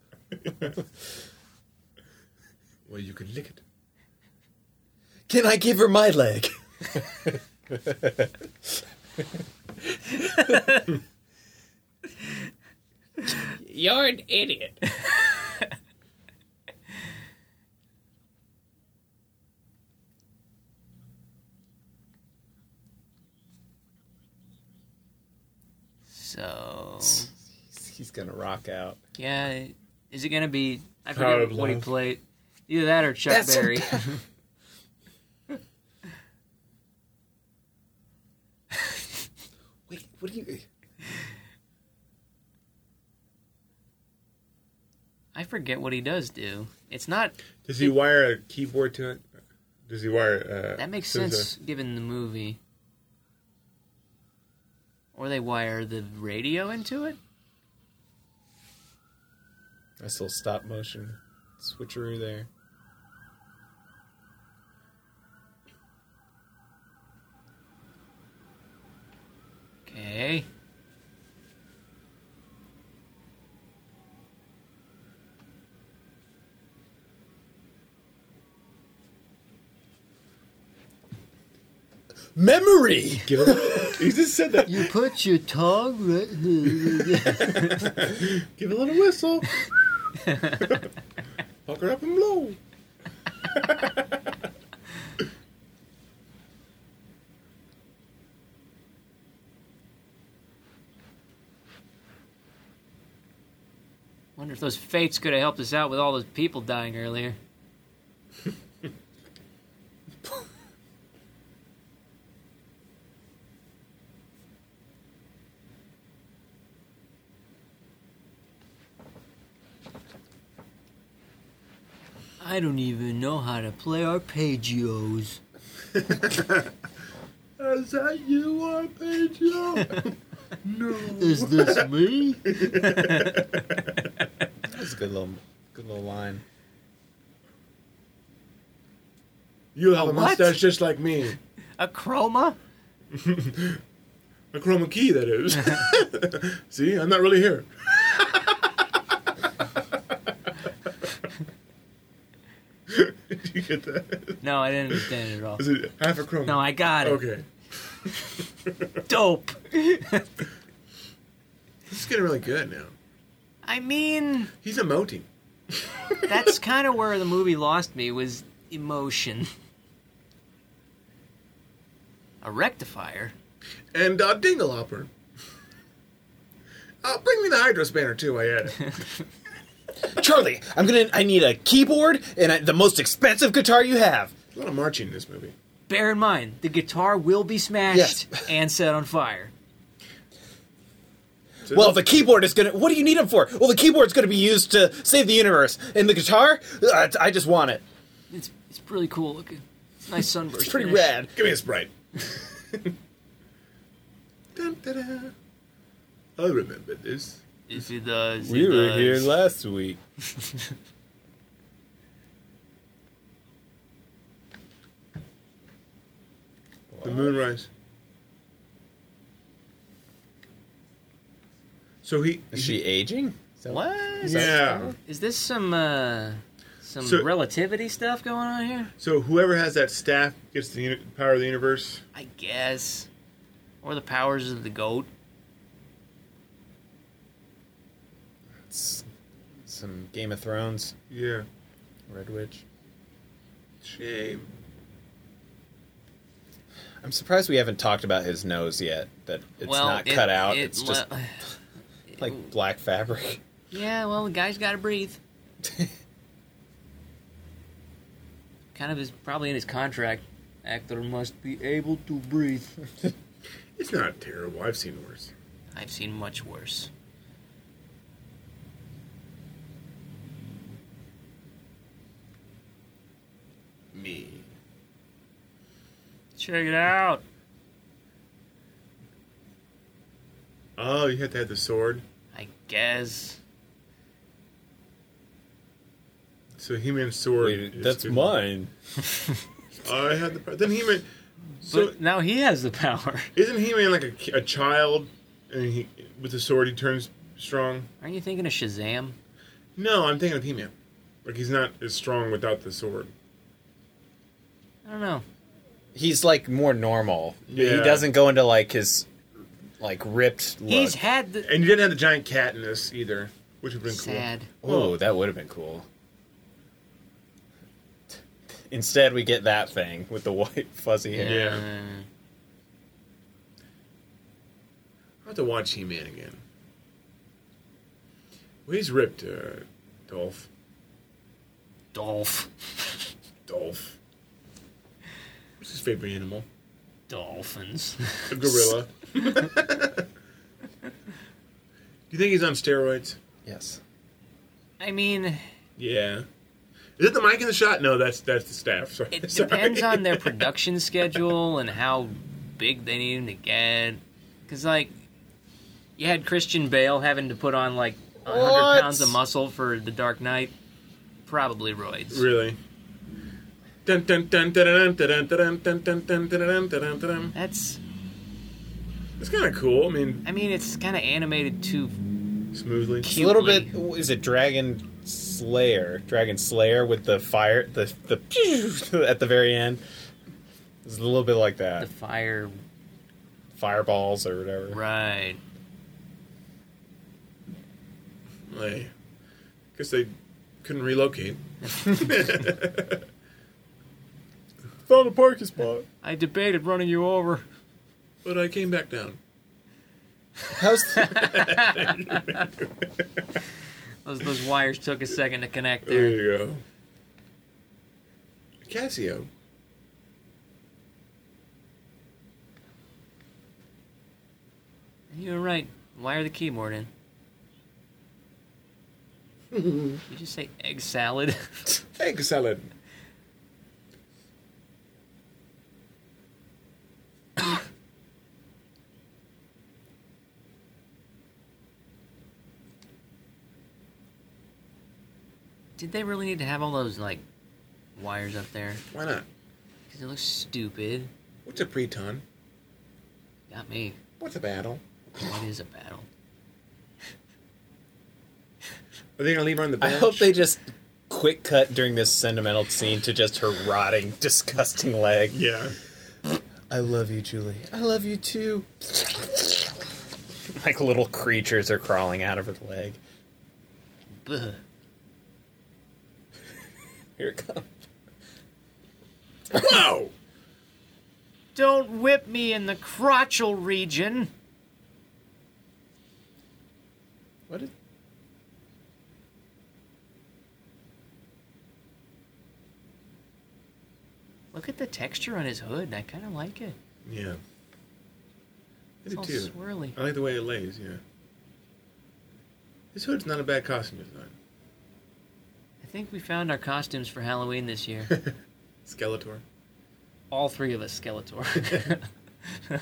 S3: well, you can lick it.
S4: Can I give her my leg?
S11: You're an idiot.
S1: so
S4: He's gonna rock out.
S1: yeah, is it gonna be? I forget
S3: Power of
S1: what he
S3: Love.
S1: played. Either that or Chuck
S4: That's so
S1: Berry.
S4: Wait, what do you?
S1: I forget what he does do. It's not
S3: Does he wire a keyboard to it? Does he wire? Uh,
S1: that makes
S3: there's a-
S1: sense given the movie. Or they wire the radio into it.
S4: Nice little stop motion switcheroo there.
S1: Okay.
S4: Memory.
S3: he just said that.
S1: You put your tongue right
S3: Give a little whistle. Pucker up and blow.
S1: Wonder if those fates could have helped us out with all those people dying earlier. I don't even know how to play arpeggios.
S3: Is that you, Arpeggio?
S1: Is this me?
S4: That's a good little, good little line.
S12: You have a,
S1: what?
S12: mustache just like me.
S1: A chroma?
S3: a chroma key, that is. See, I'm not really here. Did you get that?
S1: No, I didn't understand it at all.
S3: Is it half a chroma?
S1: No, I got it.
S3: Okay.
S1: Dope.
S3: This is getting really good now.
S1: I mean,
S3: He's emoting.
S1: that's kind of where the movie lost me was emotion. A rectifier.
S3: And uh, Dinglehopper. Uh, bring me the hydro spanner, too, I added.
S4: Charlie, I'm gonna. I need a keyboard and I, the most expensive guitar you have.
S3: a lot of marching in this movie.
S1: Bear in mind, the guitar will be smashed and set on fire.
S3: So-
S4: Well, the keyboard is gonna. What do you need them for? Well, the keyboard's gonna be used to save the universe, and the guitar. Uh, I just want it.
S1: It's it's really cool looking. It's a nice sunburst.
S4: It's pretty
S1: finish.
S4: rad.
S3: Give me a sprite. Dun, da, da. I remember this.
S1: If it does,
S4: We
S1: it
S4: were
S1: does.
S4: here last week.
S3: The moonrise. So he.
S4: Is she aging?
S1: What?
S3: Yeah.
S1: Is this some uh some
S3: So-
S1: relativity stuff going on here?
S3: So whoever has that staff gets the uni- power of the universe.
S1: I guess. Or the powers of the goat.
S4: It's some Game of Thrones.
S3: Yeah.
S4: Red Witch.
S3: Shame.
S4: I'm surprised we haven't talked about his nose yet. That it's
S1: well,
S4: not
S1: it-
S4: cut out.
S1: it
S4: it's just
S1: le-
S4: like black fabric.
S1: Yeah, well, the guy's got to breathe. kind of is probably in his contract. Actor must be able to breathe.
S3: It's not terrible. I've seen worse.
S1: I've seen much worse.
S3: Me.
S1: Check it out.
S3: Oh, you have to have the sword.
S1: I guess.
S3: So He Man's sword. is good. Oh, I had the. power. Then He Man. So
S1: but now he has the power.
S3: isn't He Man like a, ki- a child? And he with the sword he turns strong.
S1: Aren't you thinking of Shazam?
S3: No, I'm thinking of He-Man. Like he's not as strong without the sword.
S1: I don't know.
S4: He's like more normal. He
S3: Yeah.
S4: doesn't go into like his like ripped look.
S1: He's had the.
S3: And you didn't have the giant cat in this either, which would have been
S1: Sad.
S4: Oh, that would have been cool. Instead, we get that thing with the white fuzzy hair.
S3: Yeah.
S1: Uh,
S3: cool. I have to watch He-Man again. Well, he's ripped, uh, Dolph.
S1: Dolph.
S3: Dolph. What's his favorite animal?
S1: Dolphins.
S3: A gorilla. Do you think he's on steroids?
S4: Yes.
S1: I mean,
S3: Yeah. Is it the mic in the shot? No, that's that's the staff. Sorry.
S1: it
S3: Sorry.
S1: depends on their production schedule and how big they need him to get. Because, like, you had Christian Bale having to put on, like, 100
S4: What?
S1: pounds of muscle for The Dark Knight. Probably roids.
S3: Really. Dun, dun, dun, dun, dun, dun, dun, dun, dun, dun, dun, dun, dun, dun, dun.
S1: That's,
S3: It's kind of cool. I mean,
S1: I mean, it's kind of animated too.
S3: smoothly.
S4: It's a little bit. Is it Dragon Slayer? Dragon Slayer with the fire, the the pew at the very end. It's a little bit like
S7: The
S4: that.
S7: fire.
S4: Fireballs or whatever.
S1: Right.
S3: I guess they couldn't relocate.
S4: Found a parking spot.
S1: I debated running you over.
S3: But I came back down.
S4: How's the,
S1: Those, those wires took a second to connect
S3: There
S1: there.
S3: you go. Casio.
S1: You were right. Wire the keyboard in. Did you say egg salad?
S3: Egg salad.
S1: Did they really need to have all those like wires up there?
S3: Why not?
S1: Because it looks stupid.
S3: What's a preton?
S1: Got me.
S3: What's a battle?
S1: What is a battle?
S3: Are they gonna leave her on the
S4: I
S3: bench?
S4: hope they just quick cut during this sentimental scene to just her rotting, disgusting leg.
S3: Yeah.
S4: I love you, Julie. I love you too. like little creatures are crawling out of her leg.
S1: Bleh.
S4: Here it comes.
S3: Wow.
S1: Don't whip me in the crotchal region.
S4: What? Did,
S1: Look at the texture on his hood. I kind of like it.
S3: Yeah. I
S1: It's
S3: do
S1: all
S3: too.
S1: swirly.
S3: I like the way it lays. Yeah. This hood's not a bad costume design.
S1: I think we found our costumes for Halloween this year.
S3: Skeletor.
S1: all three of us Skeletor.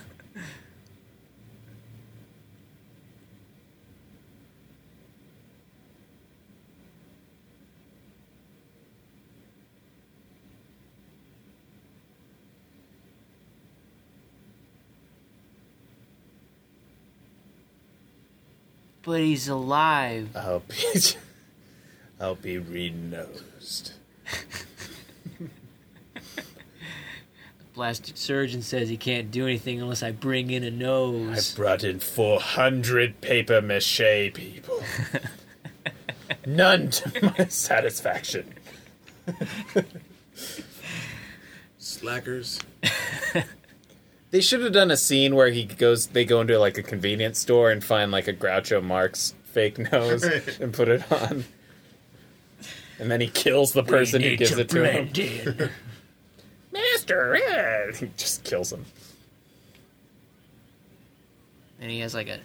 S1: but he's alive.
S4: I hope. I'll be renosed.
S1: Plastic surgeon says he can't do anything unless I bring in a nose.
S4: brought in 400 paper mache people. None to my satisfaction.
S3: Slackers.
S4: They should have done a scene where he goes, they go into like a convenience store and find like a Groucho Marx fake nose and put it on. And then he kills the person who gives it to him.
S1: him.
S4: Master Ed! He just kills him.
S1: and he has like a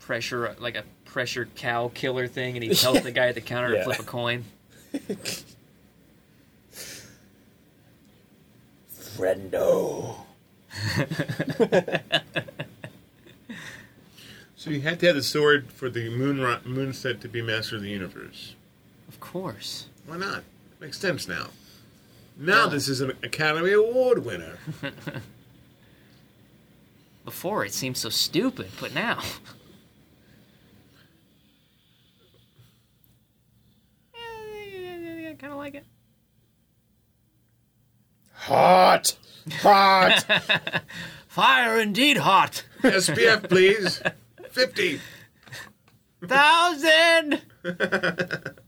S1: pressure like a pressure cow killer thing and he tells the guy at the counter
S4: Yeah.
S1: to flip a coin
S4: Friendo.
S3: So you had to have the sword for the moon ro- moonset to be master of the universe.
S1: of course
S3: Why not? Makes sense now. Now this is an Academy Award winner.
S1: before it seemed so stupid but now I kind of like it
S4: Hot! Hot!
S1: fire indeed hot
S3: SPF, please. Fifty.
S1: thousand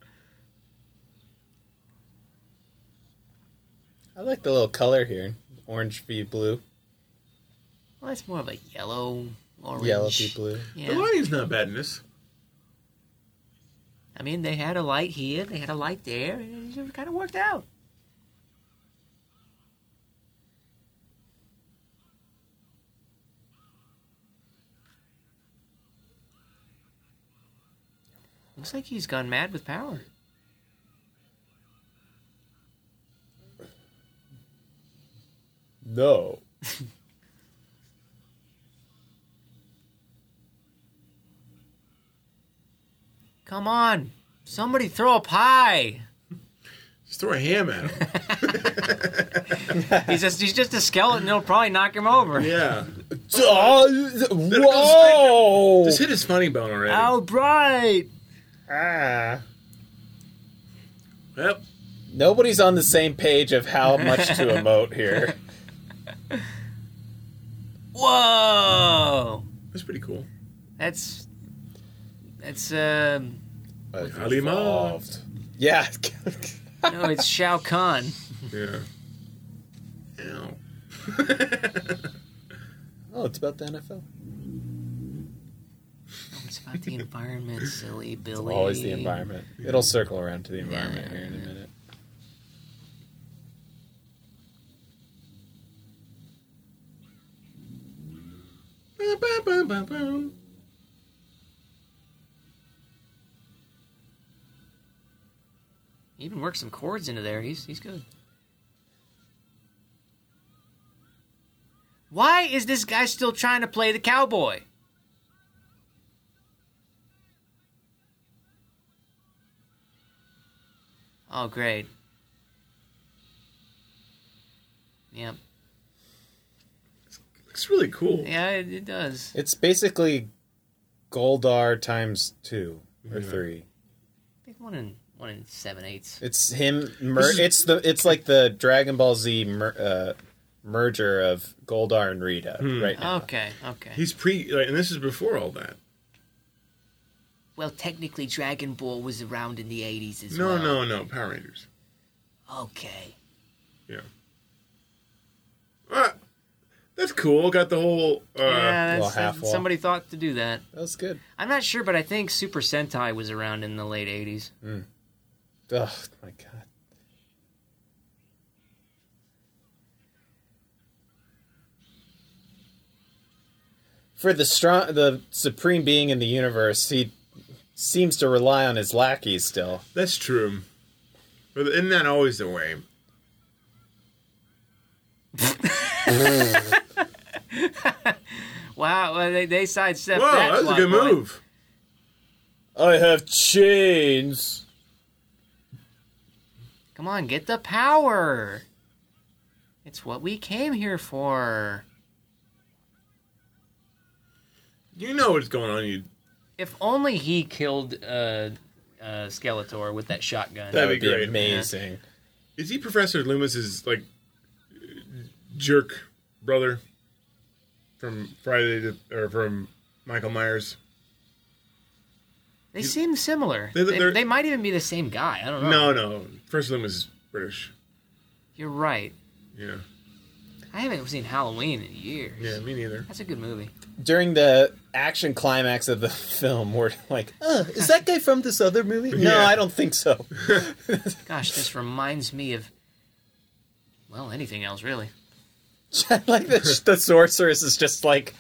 S4: I like the little color here. Orange v blue.
S1: well that's more of a yellow orange
S4: Yellow v blue.
S3: The
S1: yeah.
S3: lighting's not bad in this.
S1: I mean they had a light here they had a light there and it kind of worked out Looks like he's gone mad with power.
S4: No.
S1: Come on. Somebody throw a pie.
S3: Just throw a ham at him.
S1: He's just he's just a skeleton. It'll probably knock him over.
S3: yeah.
S4: uh, Whoa!
S3: Just hit his funny bone already.
S1: How bright.
S3: Yep.
S4: Nobody's on the same page of how much to emote here.
S1: Whoa.
S3: That's pretty cool.
S1: That's that's um
S3: Kalima.
S4: Evolved. Yeah.
S1: no, it's Shao Kahn.
S3: Yeah. Ow.
S4: oh, it's about the NFL.
S1: It's about the environment, silly Billy.
S4: Always the environment. It'll circle around to the environment here in a minute.
S3: Ba, ba, ba, ba, ba.
S7: He even worked some chords into there. He's he's good.
S1: Why is this guy still trying to play the cowboy? Oh, great. Yep.
S3: Looks really cool.
S1: Yeah, it, it does.
S4: It's basically Goldar times two or
S3: Yeah.
S4: three.
S7: I think one in one in seven eighths.
S4: It's him. Mer- it's the. It's like the Dragon Ball Z mer- uh, merger of Goldar and Rita right now.
S1: Okay, okay.
S3: He's pre, like, and this is before all that.
S7: Well, technically, Dragon Ball was around in the '80s as
S3: No,
S7: well.
S3: no, no. Power Rangers.
S7: Okay.
S3: Yeah. Ah, that's cool. Got the whole. Uh,
S7: yeah,
S4: Well,
S7: that's,
S4: half
S7: that-
S4: wall.
S7: somebody thought to do that.
S4: That was good.
S7: I'm not sure, but I think Super Sentai was around in the late '80s.
S4: Oh my god. For the strong, the supreme being in the universe, he seems to rely on his lackeys still.
S3: That's true. But isn't that always the way?
S1: Wow, well, they, they sidestepped
S3: Wow,
S1: that.
S3: that was a
S1: plot
S3: good
S1: point.
S3: move.
S4: I have chains.
S1: Come on, get the power. It's what we came here for.
S3: You know what's going on. You
S7: If only he killed uh, uh, Skeletor with that shotgun.
S3: That-
S4: That'd be,
S3: be great.
S4: amazing.
S3: is he Professor Loomis's like jerk brother from Friday to, or from Michael Myers?
S1: They seem similar.
S3: They-
S1: They,
S3: they're-
S1: they, might even be the same guy. I don't know.
S3: No, no. Professor Loomis is British.
S1: You're right.
S3: Yeah,
S7: I haven't seen Halloween in years.
S3: yeah. Me neither.
S7: That's a good movie.
S4: During the action climax of the film, we're like, "Uh, is that guy from this other movie? No,
S3: Yeah.
S4: I don't think so.
S7: Gosh, this reminds me of well, anything else really.
S4: like the, the sorceress is just like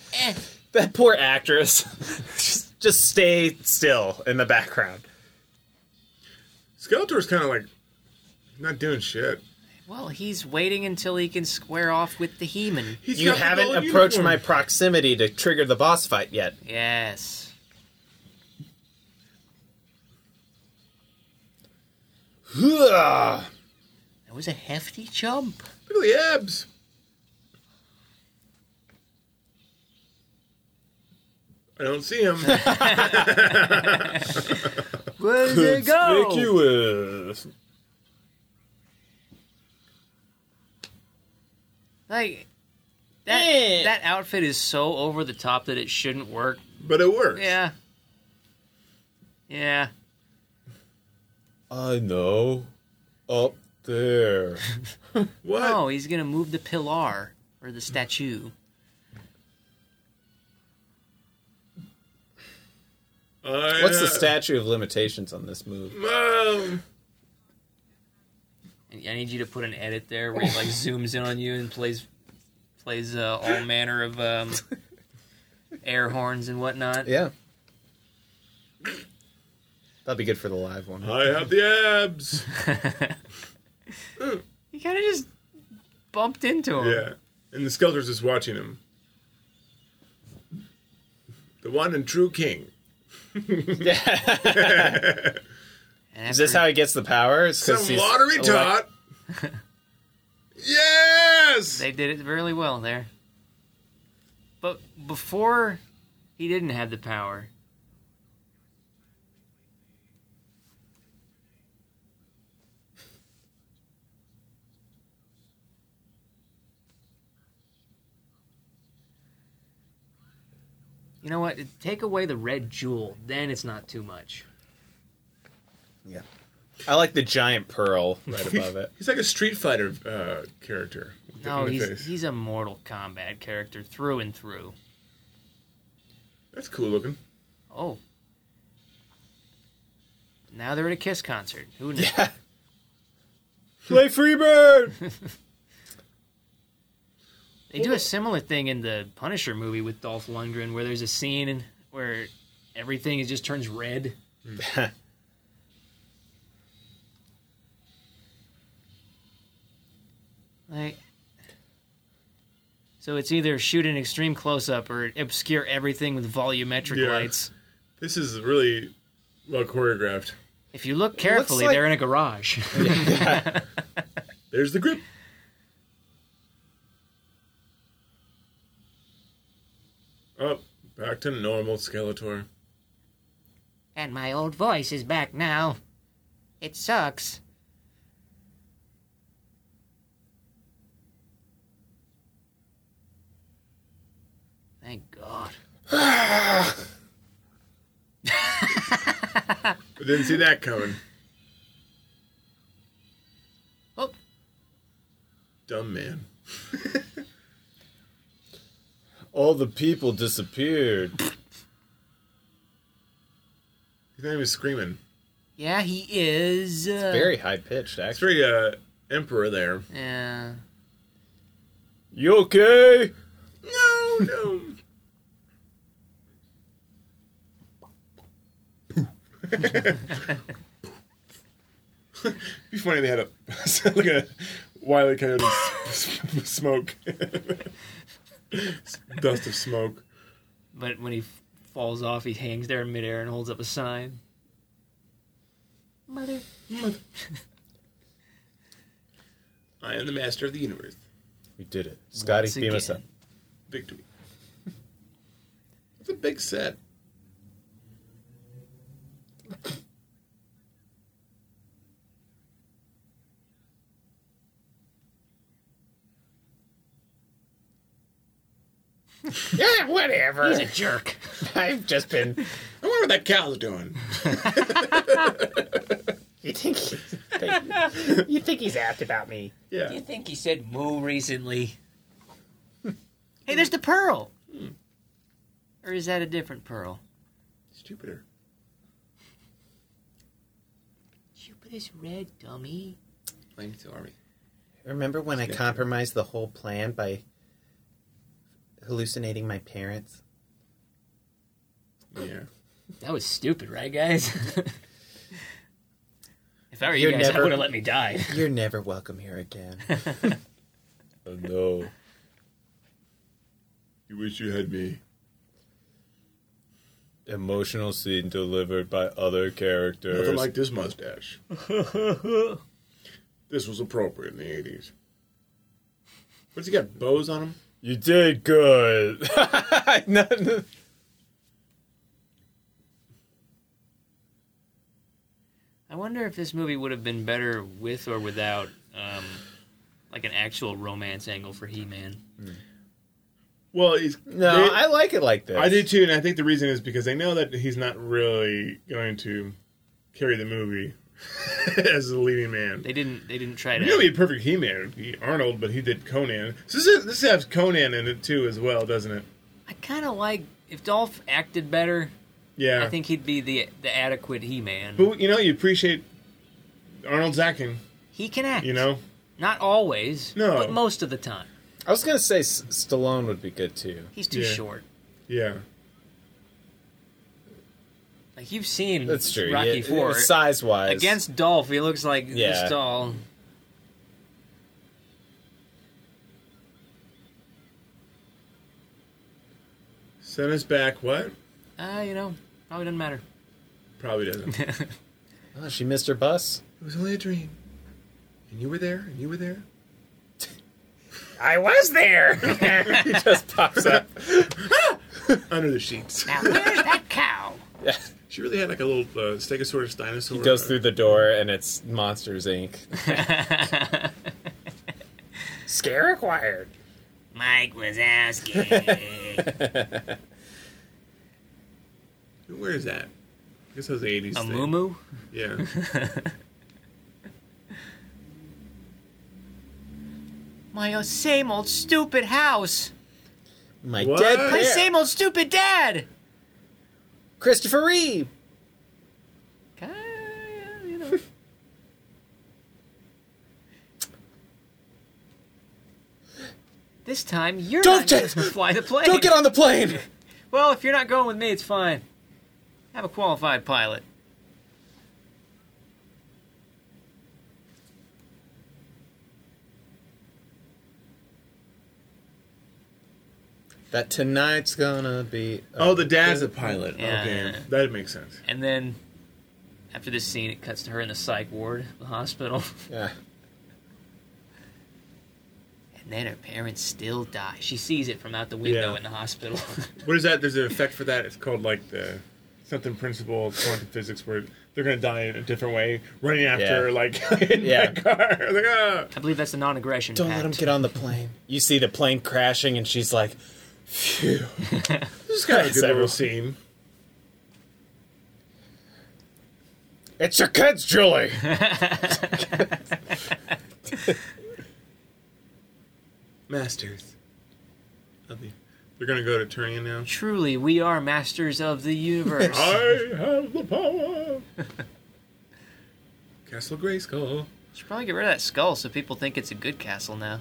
S4: that poor actress. just, just stay still in the background.
S3: Skeletor's kind of like not doing shit.
S1: Well, he's waiting until he can square off with the He-Man.
S3: He's
S4: you
S3: got the
S4: haven't
S3: gold
S4: approached
S3: uniform.
S4: my proximity to trigger the boss fight yet.
S1: Yes.
S4: Hooah!
S1: That was a hefty jump.
S3: Look at the abs. I don't see him.
S1: Where did it go?
S4: Conspicuous.
S1: Like that, that outfit is so over the top that it shouldn't work.
S3: but it works.
S1: Yeah. Yeah.
S4: I know. Up there.
S3: What?
S1: Oh, he's gonna move the pillar or the statue.
S3: I,
S4: What's the
S3: uh,
S4: statute of limitations on this move?
S3: Mom.
S7: I I need you to put an edit there where he like zooms in on you and plays plays uh, all manner of um, air horns and whatnot.
S4: Yeah. That'd be good for the live one.
S3: I have the abs.
S1: He kind of just bumped into him.
S3: yeah. and the Skeletor's just watching him. The one and true king.
S1: And
S4: Is
S1: after,
S4: this how he gets the power? It's 'cause
S3: Some
S4: he's
S3: lottery
S4: elect-
S3: tot. yes.
S1: they did it really well there. But before he didn't have the power. You know what? Take away the red jewel, then it's not too much.
S4: I like the giant pearl right above it.
S3: He's like a Street Fighter uh, character. with the-
S1: No,
S3: in the
S1: he's
S3: face.
S1: he's a Mortal Kombat character through and through.
S3: That's cool looking.
S1: Oh. Now they're at a Kiss concert. Who knew?
S4: Play Freebird!
S1: They do a similar thing in the Punisher movie with Dolph Lundgren, where there's a scene in, where everything is just turns red. like, so it's either shoot an extreme close up or obscure everything with volumetric
S3: Yeah.
S1: lights.
S3: This is really well choreographed.
S1: If you look carefully,
S4: like-
S1: they're in a garage.
S3: There's the grip. Oh, back to normal Skeletor.
S1: and my old voice is back now. It sucks. Thank God.
S3: I didn't see that coming.
S1: Oh.
S3: Dumb man.
S4: All the people disappeared.
S3: He's not even screaming.
S1: Yeah, he is. Uh,
S4: Very high pitched,
S3: It's
S4: actually.
S3: very uh, Emperor there.
S1: yeah.
S4: You okay?
S3: No, no. Be funny if they had a sound like a wily coyote s- s- smoke dust of smoke.
S1: But when he f- falls off, he hangs there in midair and holds up a sign. Mother.
S3: I am the master of the universe.
S4: We did it. Scotty,
S1: Once
S4: beam us up.
S1: again.
S3: Victory. It's a big set.
S4: Yeah, whatever.
S1: He's a jerk.
S4: I've just been.
S3: I wonder what that cow's doing.
S13: You think he's, you think he's asked about me?
S3: Yeah.
S1: think he said moo recently.
S4: Hmm.
S1: hey, there's the pearl. Or is that a different pearl?
S3: Stupider.
S1: Jupiter's red, dummy.
S3: Blame to army.
S4: Remember when I compromised the whole plan by hallucinating my parents?
S3: Yeah.
S1: That was stupid, right, guys? if I were you
S4: You're
S1: guys, I
S4: never-
S1: would have let me die.
S4: You're never welcome here again.
S3: Oh, no. You wish you had me.
S4: Emotional scene delivered by other
S3: Nothing
S4: characters.
S3: like this mustache. this was appropriate in the 80s. What's he got? Bows on him?
S4: you did good. no, no.
S1: I wonder if this movie would have been better with or without, um, like an actual romance angle for He-Man.
S3: Well, he's.
S4: No,
S3: they-
S4: I like it like this.
S3: I do too, and I think the reason is because they know that he's not really going to carry the movie as the leading man.
S1: They didn't. They didn't try
S3: You know,
S1: to.
S3: be a perfect He-Man would be Arnold, but he did Conan. So this is, this has Conan in it too, as well, doesn't it?
S1: I kind of like if Dolph acted better.
S3: Yeah,
S1: I think he'd be the the adequate He-Man.
S3: But you know, you appreciate Arnold's acting.
S1: He can act.
S3: You know,
S1: Not always.
S3: No.
S1: But most of the time,
S4: I was gonna say S- Stallone would be good too.
S1: he's too
S3: Yeah.
S1: short.
S3: yeah.
S1: Like you've seen
S4: That's true.
S1: Rocky
S4: yeah,
S1: Four.
S4: size wise,
S1: Against Dolph, he looks like
S4: Yeah.
S1: this doll.
S3: Send us back. What?
S1: Uh, you know, probably doesn't matter.
S3: Probably doesn't. it
S4: Oh, she missed her bus.
S3: was only a dream. And you were there, and you were there.
S4: I was there. he just pops up.
S3: Under the sheets.
S14: Now where's that cow?
S3: She really had like a little uh, Stegosaurus dinosaur.
S4: He goes through the door, and it's Monsters Inc. Scare acquired.
S14: Mike was asking.
S3: Where is that? I guess that was the 80s.
S1: A
S3: thing.
S1: moo moo?
S3: Yeah.
S15: My uh, same old stupid house.
S4: My
S3: What?
S4: dead
S15: My
S4: parent,
S15: same old stupid dad.
S4: Christopher Reeve.
S15: Kinda, you know.
S1: This time you're
S4: Don't
S1: not
S4: get-
S1: gonna fly the plane.
S4: Don't get on the plane.
S1: Well, if you're not going with me, it's fine. Have a qualified pilot.
S4: That tonight's gonna be. uh,
S3: Oh, the dad's a pilot.
S1: Yeah,
S3: okay.
S1: yeah.
S3: That makes sense.
S1: And then after this scene, it cuts to her in the psych ward, the hospital.
S4: Yeah.
S1: And then her parents still die. She sees it from out the window
S3: Yeah.
S1: in the hospital.
S3: What is that? There's an effect for that. It's called like the something principle of quantum physics where they're gonna die in a different way, running after
S4: Yeah.
S3: like in
S4: Yeah.
S3: that car. Like, ah.
S1: I believe that's the non-aggression
S4: Don't
S1: pact.
S4: let him get on the plane. You see the plane crashing, and she's like, "Phew."
S3: This is kind of a
S4: It's
S3: good little
S4: everyone.
S3: scene.
S4: It's your kids, Julie.
S3: Masters. of the- They're gonna go to Turnian now.
S1: Truly, we are masters of the universe.
S3: I have the power. Castle Grayskull.
S1: Should probably get rid of that skull so people think it's a good castle now.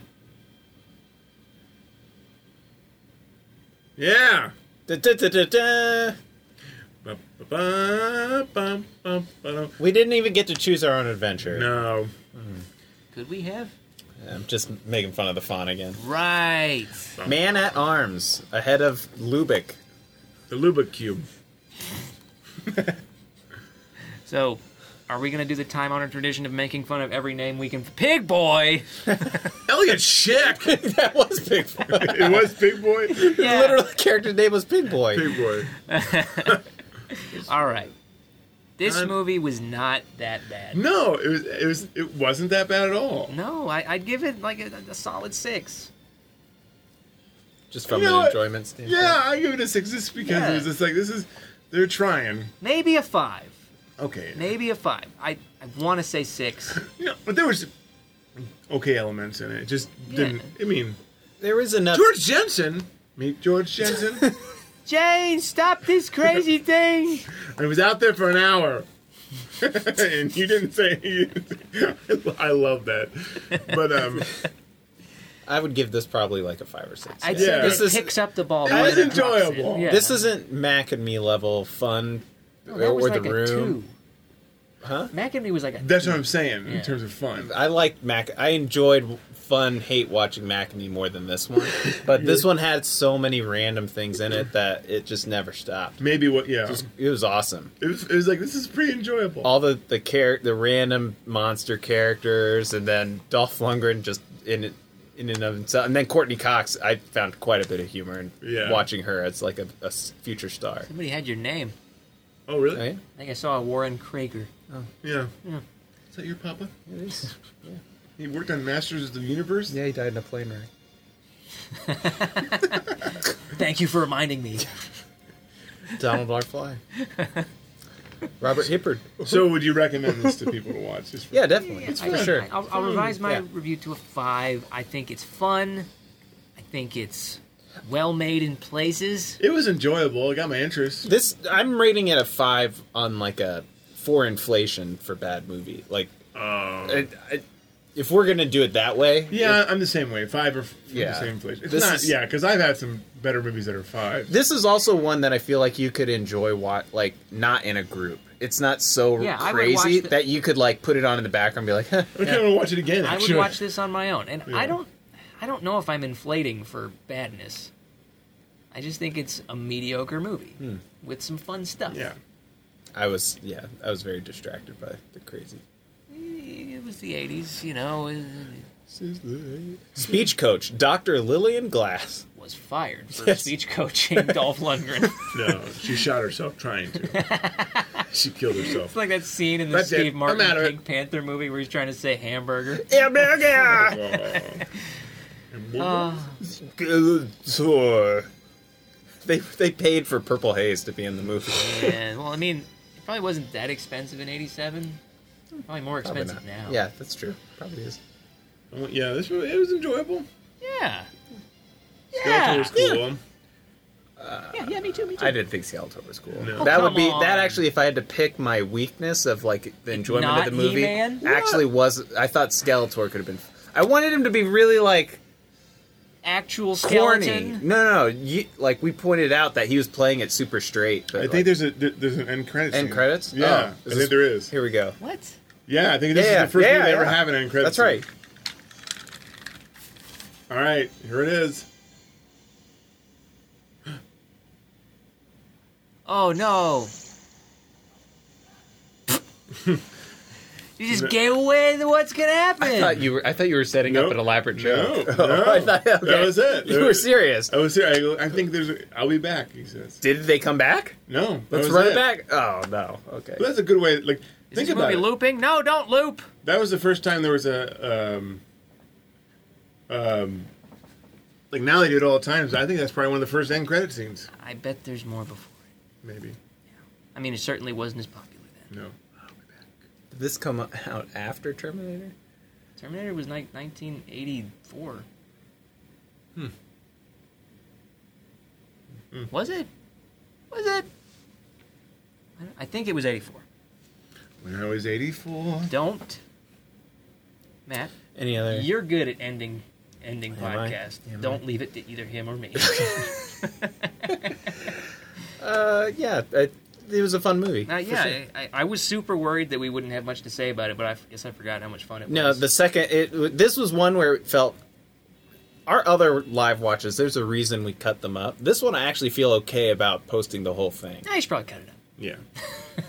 S3: Yeah.
S4: Da, da, da, da, da.
S3: Ba, ba, ba, ba, ba, ba.
S4: We didn't even get to choose our own adventure.
S3: No.
S1: Could we have?
S4: I'm just making fun of the font again.
S1: Right.
S4: Man at arms, ahead of Lubick.
S3: The Lubick Cube.
S1: So, are we gonna do the time-honored tradition of making fun of every name we can? Pig boy.
S3: Elliot Schick!
S4: that was Big Boy.
S3: it was Big Boy.
S1: Yeah.
S4: Literally, the character name was Big Boy.
S3: Big Boy.
S1: All right. This
S3: I'm-
S1: movie was not that bad.
S3: No, it was it was it wasn't that bad at all.
S1: No, I, I'd give it like a, a solid six.
S4: Just from
S3: You know
S4: an
S3: what?
S4: enjoyment standpoint.
S3: Yeah, I give it a six just because
S1: Yeah.
S3: it was just like this is they're trying.
S1: Maybe a five.
S3: Okay.
S1: Maybe a five. I, I want to say six.
S3: You know, but there was okay elements in it. It just didn't I mean
S4: There is enough.
S3: George Jensen. Meet George Jensen.
S1: Jane, stop this crazy thing.
S3: I was out there for an hour. and you didn't say I love that. But um
S4: I would give this probably like a five or six.
S1: I'd
S3: Yeah.
S1: say
S3: This
S1: this
S4: is-
S1: picks up the ball.
S3: it
S1: more
S3: was
S1: than it drops it.
S3: enjoyable.
S1: Yeah.
S4: This isn't Mac and me level fun
S1: No, that was
S4: or
S1: like
S4: the
S1: a
S4: room.
S1: two.
S4: Huh?
S1: Mac and me was like a.
S3: that's what I'm saying
S1: Yeah.
S3: in terms of fun.
S4: I liked Mac. I enjoyed fun hate watching Mac and me more than this one. But this one had so many random things in it that it just never stopped.
S3: Maybe what yeah.
S4: It was awesome.
S3: it, was, it was like this is pretty enjoyable.
S4: all the the char- the random monster characters, and then Dolph Lundgren just in it- in and of himself, and then Courtney Cox. I found quite a bit of humor in
S3: Yeah.
S4: watching her as like a, a s- future star.
S1: Somebody had your name.
S3: oh really?
S4: Right?
S1: I think I saw a Warren Krager.
S3: Yeah. Is that your papa?
S4: It is.
S3: He worked on Masters of the Universe?
S4: Yeah, he died in a plane wreck.
S1: Thank you for reminding me.
S4: Donald R. Fly. Robert Hippard.
S3: So would you recommend this to people to watch? Just for-
S4: Yeah, definitely.
S1: I-
S4: for sure.
S1: I, I'll, I'll revise my
S4: Yeah.
S1: review to a five. I think it's fun. I think it's well made in places.
S3: It was enjoyable. It got my interest.
S4: This I'm rating it a five on like a for inflation for bad movie. Like
S3: Oh.
S4: I- I- if we're gonna do it that way,
S3: Uh, Yeah, I'm the same way. Five or f-
S4: Yeah.
S3: the same place. It's
S4: This
S3: not.
S4: is-
S3: Yeah, because I've had some better movies that are five.
S4: This is also one that I feel like you could enjoy what like not in a group. It's not so
S1: Yeah, I would
S4: crazy
S1: watch the-
S4: that you could like put it on in the background and be like, huh.
S3: I kind of want to watch it again.
S1: I would
S3: actually.
S1: watch this on my own, and
S3: Yeah.
S1: I don't, I don't know if I'm inflating for badness. I just think it's a mediocre movie
S4: Hmm.
S1: with some fun stuff.
S3: Yeah.
S4: I was yeah, I was very distracted by the crazy
S1: Eh, It was the 80s, you know, it
S4: speech coach, Doctor Lillian Glass.
S1: was fired for
S4: Yes.
S1: speech coaching Dolph Lundgren. it's
S3: No, she shot herself trying to. she killed herself.
S1: like that scene in the
S4: That's it.
S1: Steve
S4: I'm
S1: Martin
S4: out of it.
S1: Pink Panther movie where he's trying to say hamburger.
S4: Hamburger.
S3: Oh. And what-
S4: Oh.
S1: Ah.
S4: Tour. They they paid for Purple Haze to be in the movie.
S1: Yeah, well, I mean, it probably wasn't that expensive in '87. Probably more
S4: Probably
S1: expensive
S4: not.
S1: now.
S4: Yeah, that's true. Probably is.
S3: oh, yeah, this really, it was enjoyable.
S1: Yeah.
S3: Skeletor was cool.
S1: Yeah, yeah, me too, me too.
S4: I didn't think Skeletor was cool.
S3: No. Oh,
S4: that would
S1: come
S4: be that
S1: on.
S4: actually if I had to pick my weakness of like the enjoyment
S1: Not
S4: of the movie
S1: He-Man?
S4: actually was I thought Skeletor could have been I wanted him to be really like
S1: Actual
S4: corny.
S1: skeleton.
S4: No, no, no. You, like we pointed out that he was playing it super straight. But
S3: I
S4: like-
S3: think there's a there- there's an end credits.
S4: end credits.
S3: Yeah,
S4: Oh,
S3: I
S4: is
S3: think
S4: this-
S3: there is.
S4: Here we go.
S1: What?
S3: Yeah, I think this
S4: Yeah,
S3: is the first
S4: yeah,
S3: movie they ever
S4: yeah.
S3: have an end credits.
S4: That's right.
S3: All right, here it is.
S1: Oh no. you just gave away the what's gonna
S4: I
S1: happen.
S4: thought you were I thought you were setting up
S3: Nope.
S4: an elaborate
S3: No,
S4: joke.
S3: no.
S4: Oh, I thought, okay.
S3: That was it.
S4: You were serious.
S3: I was serious. I, go, I think there's. A, I'll be back. He says.
S4: Did they come back?
S3: No. that
S4: Let's
S3: was
S4: run it back. Oh no. Okay.
S3: But that's a good way. Like,
S1: Is
S3: think
S1: this
S3: about
S1: movie
S3: it.
S1: looping? No, don't loop.
S3: That was the first time there was a. Um, um, like now they do it all the time. So I think that's probably one of the first end credit scenes.
S1: I bet there's more before. it.
S3: Maybe.
S1: I mean, it certainly wasn't as popular then.
S3: No.
S4: Did this come out after Terminator?
S1: Terminator was like 1984. Hmm. Was it? Was it? I, don't- I think it was 84.
S3: When I was 84.
S1: Don't, Matt.
S4: Any other?
S1: You're good at ending ending
S4: Am I?
S1: podcasts.
S4: Am I?
S1: Don't leave it to either him or me.
S4: Uh, yeah. I, it was a fun movie.
S1: now,
S4: for
S1: yeah,
S4: sure.
S1: I, I, I was super worried that we wouldn't have much to say about it, but I f- guess I forgot how much fun it
S4: No,
S1: was.
S4: the second it w- this was one where it felt our other live watches. There's a reason we cut them up. This one I actually feel okay about posting the whole thing.
S1: I should probably cut it up.
S3: Yeah.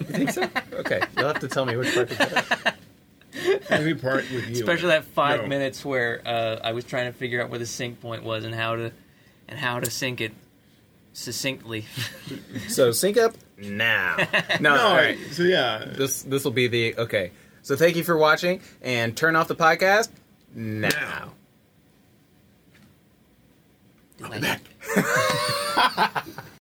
S4: You think so? okay, you'll have to tell me which part. To cut out.
S3: Every part with you.
S1: especially that five
S3: No.
S1: minutes where uh, I was trying to figure out where the sync point was and how to and how to sync it succinctly.
S4: So sync up now. No,
S3: No,
S4: all right.
S3: I- So yeah.
S4: This this will be the okay. So thank you for watching and turn off the podcast now.
S3: Now.
S1: Like-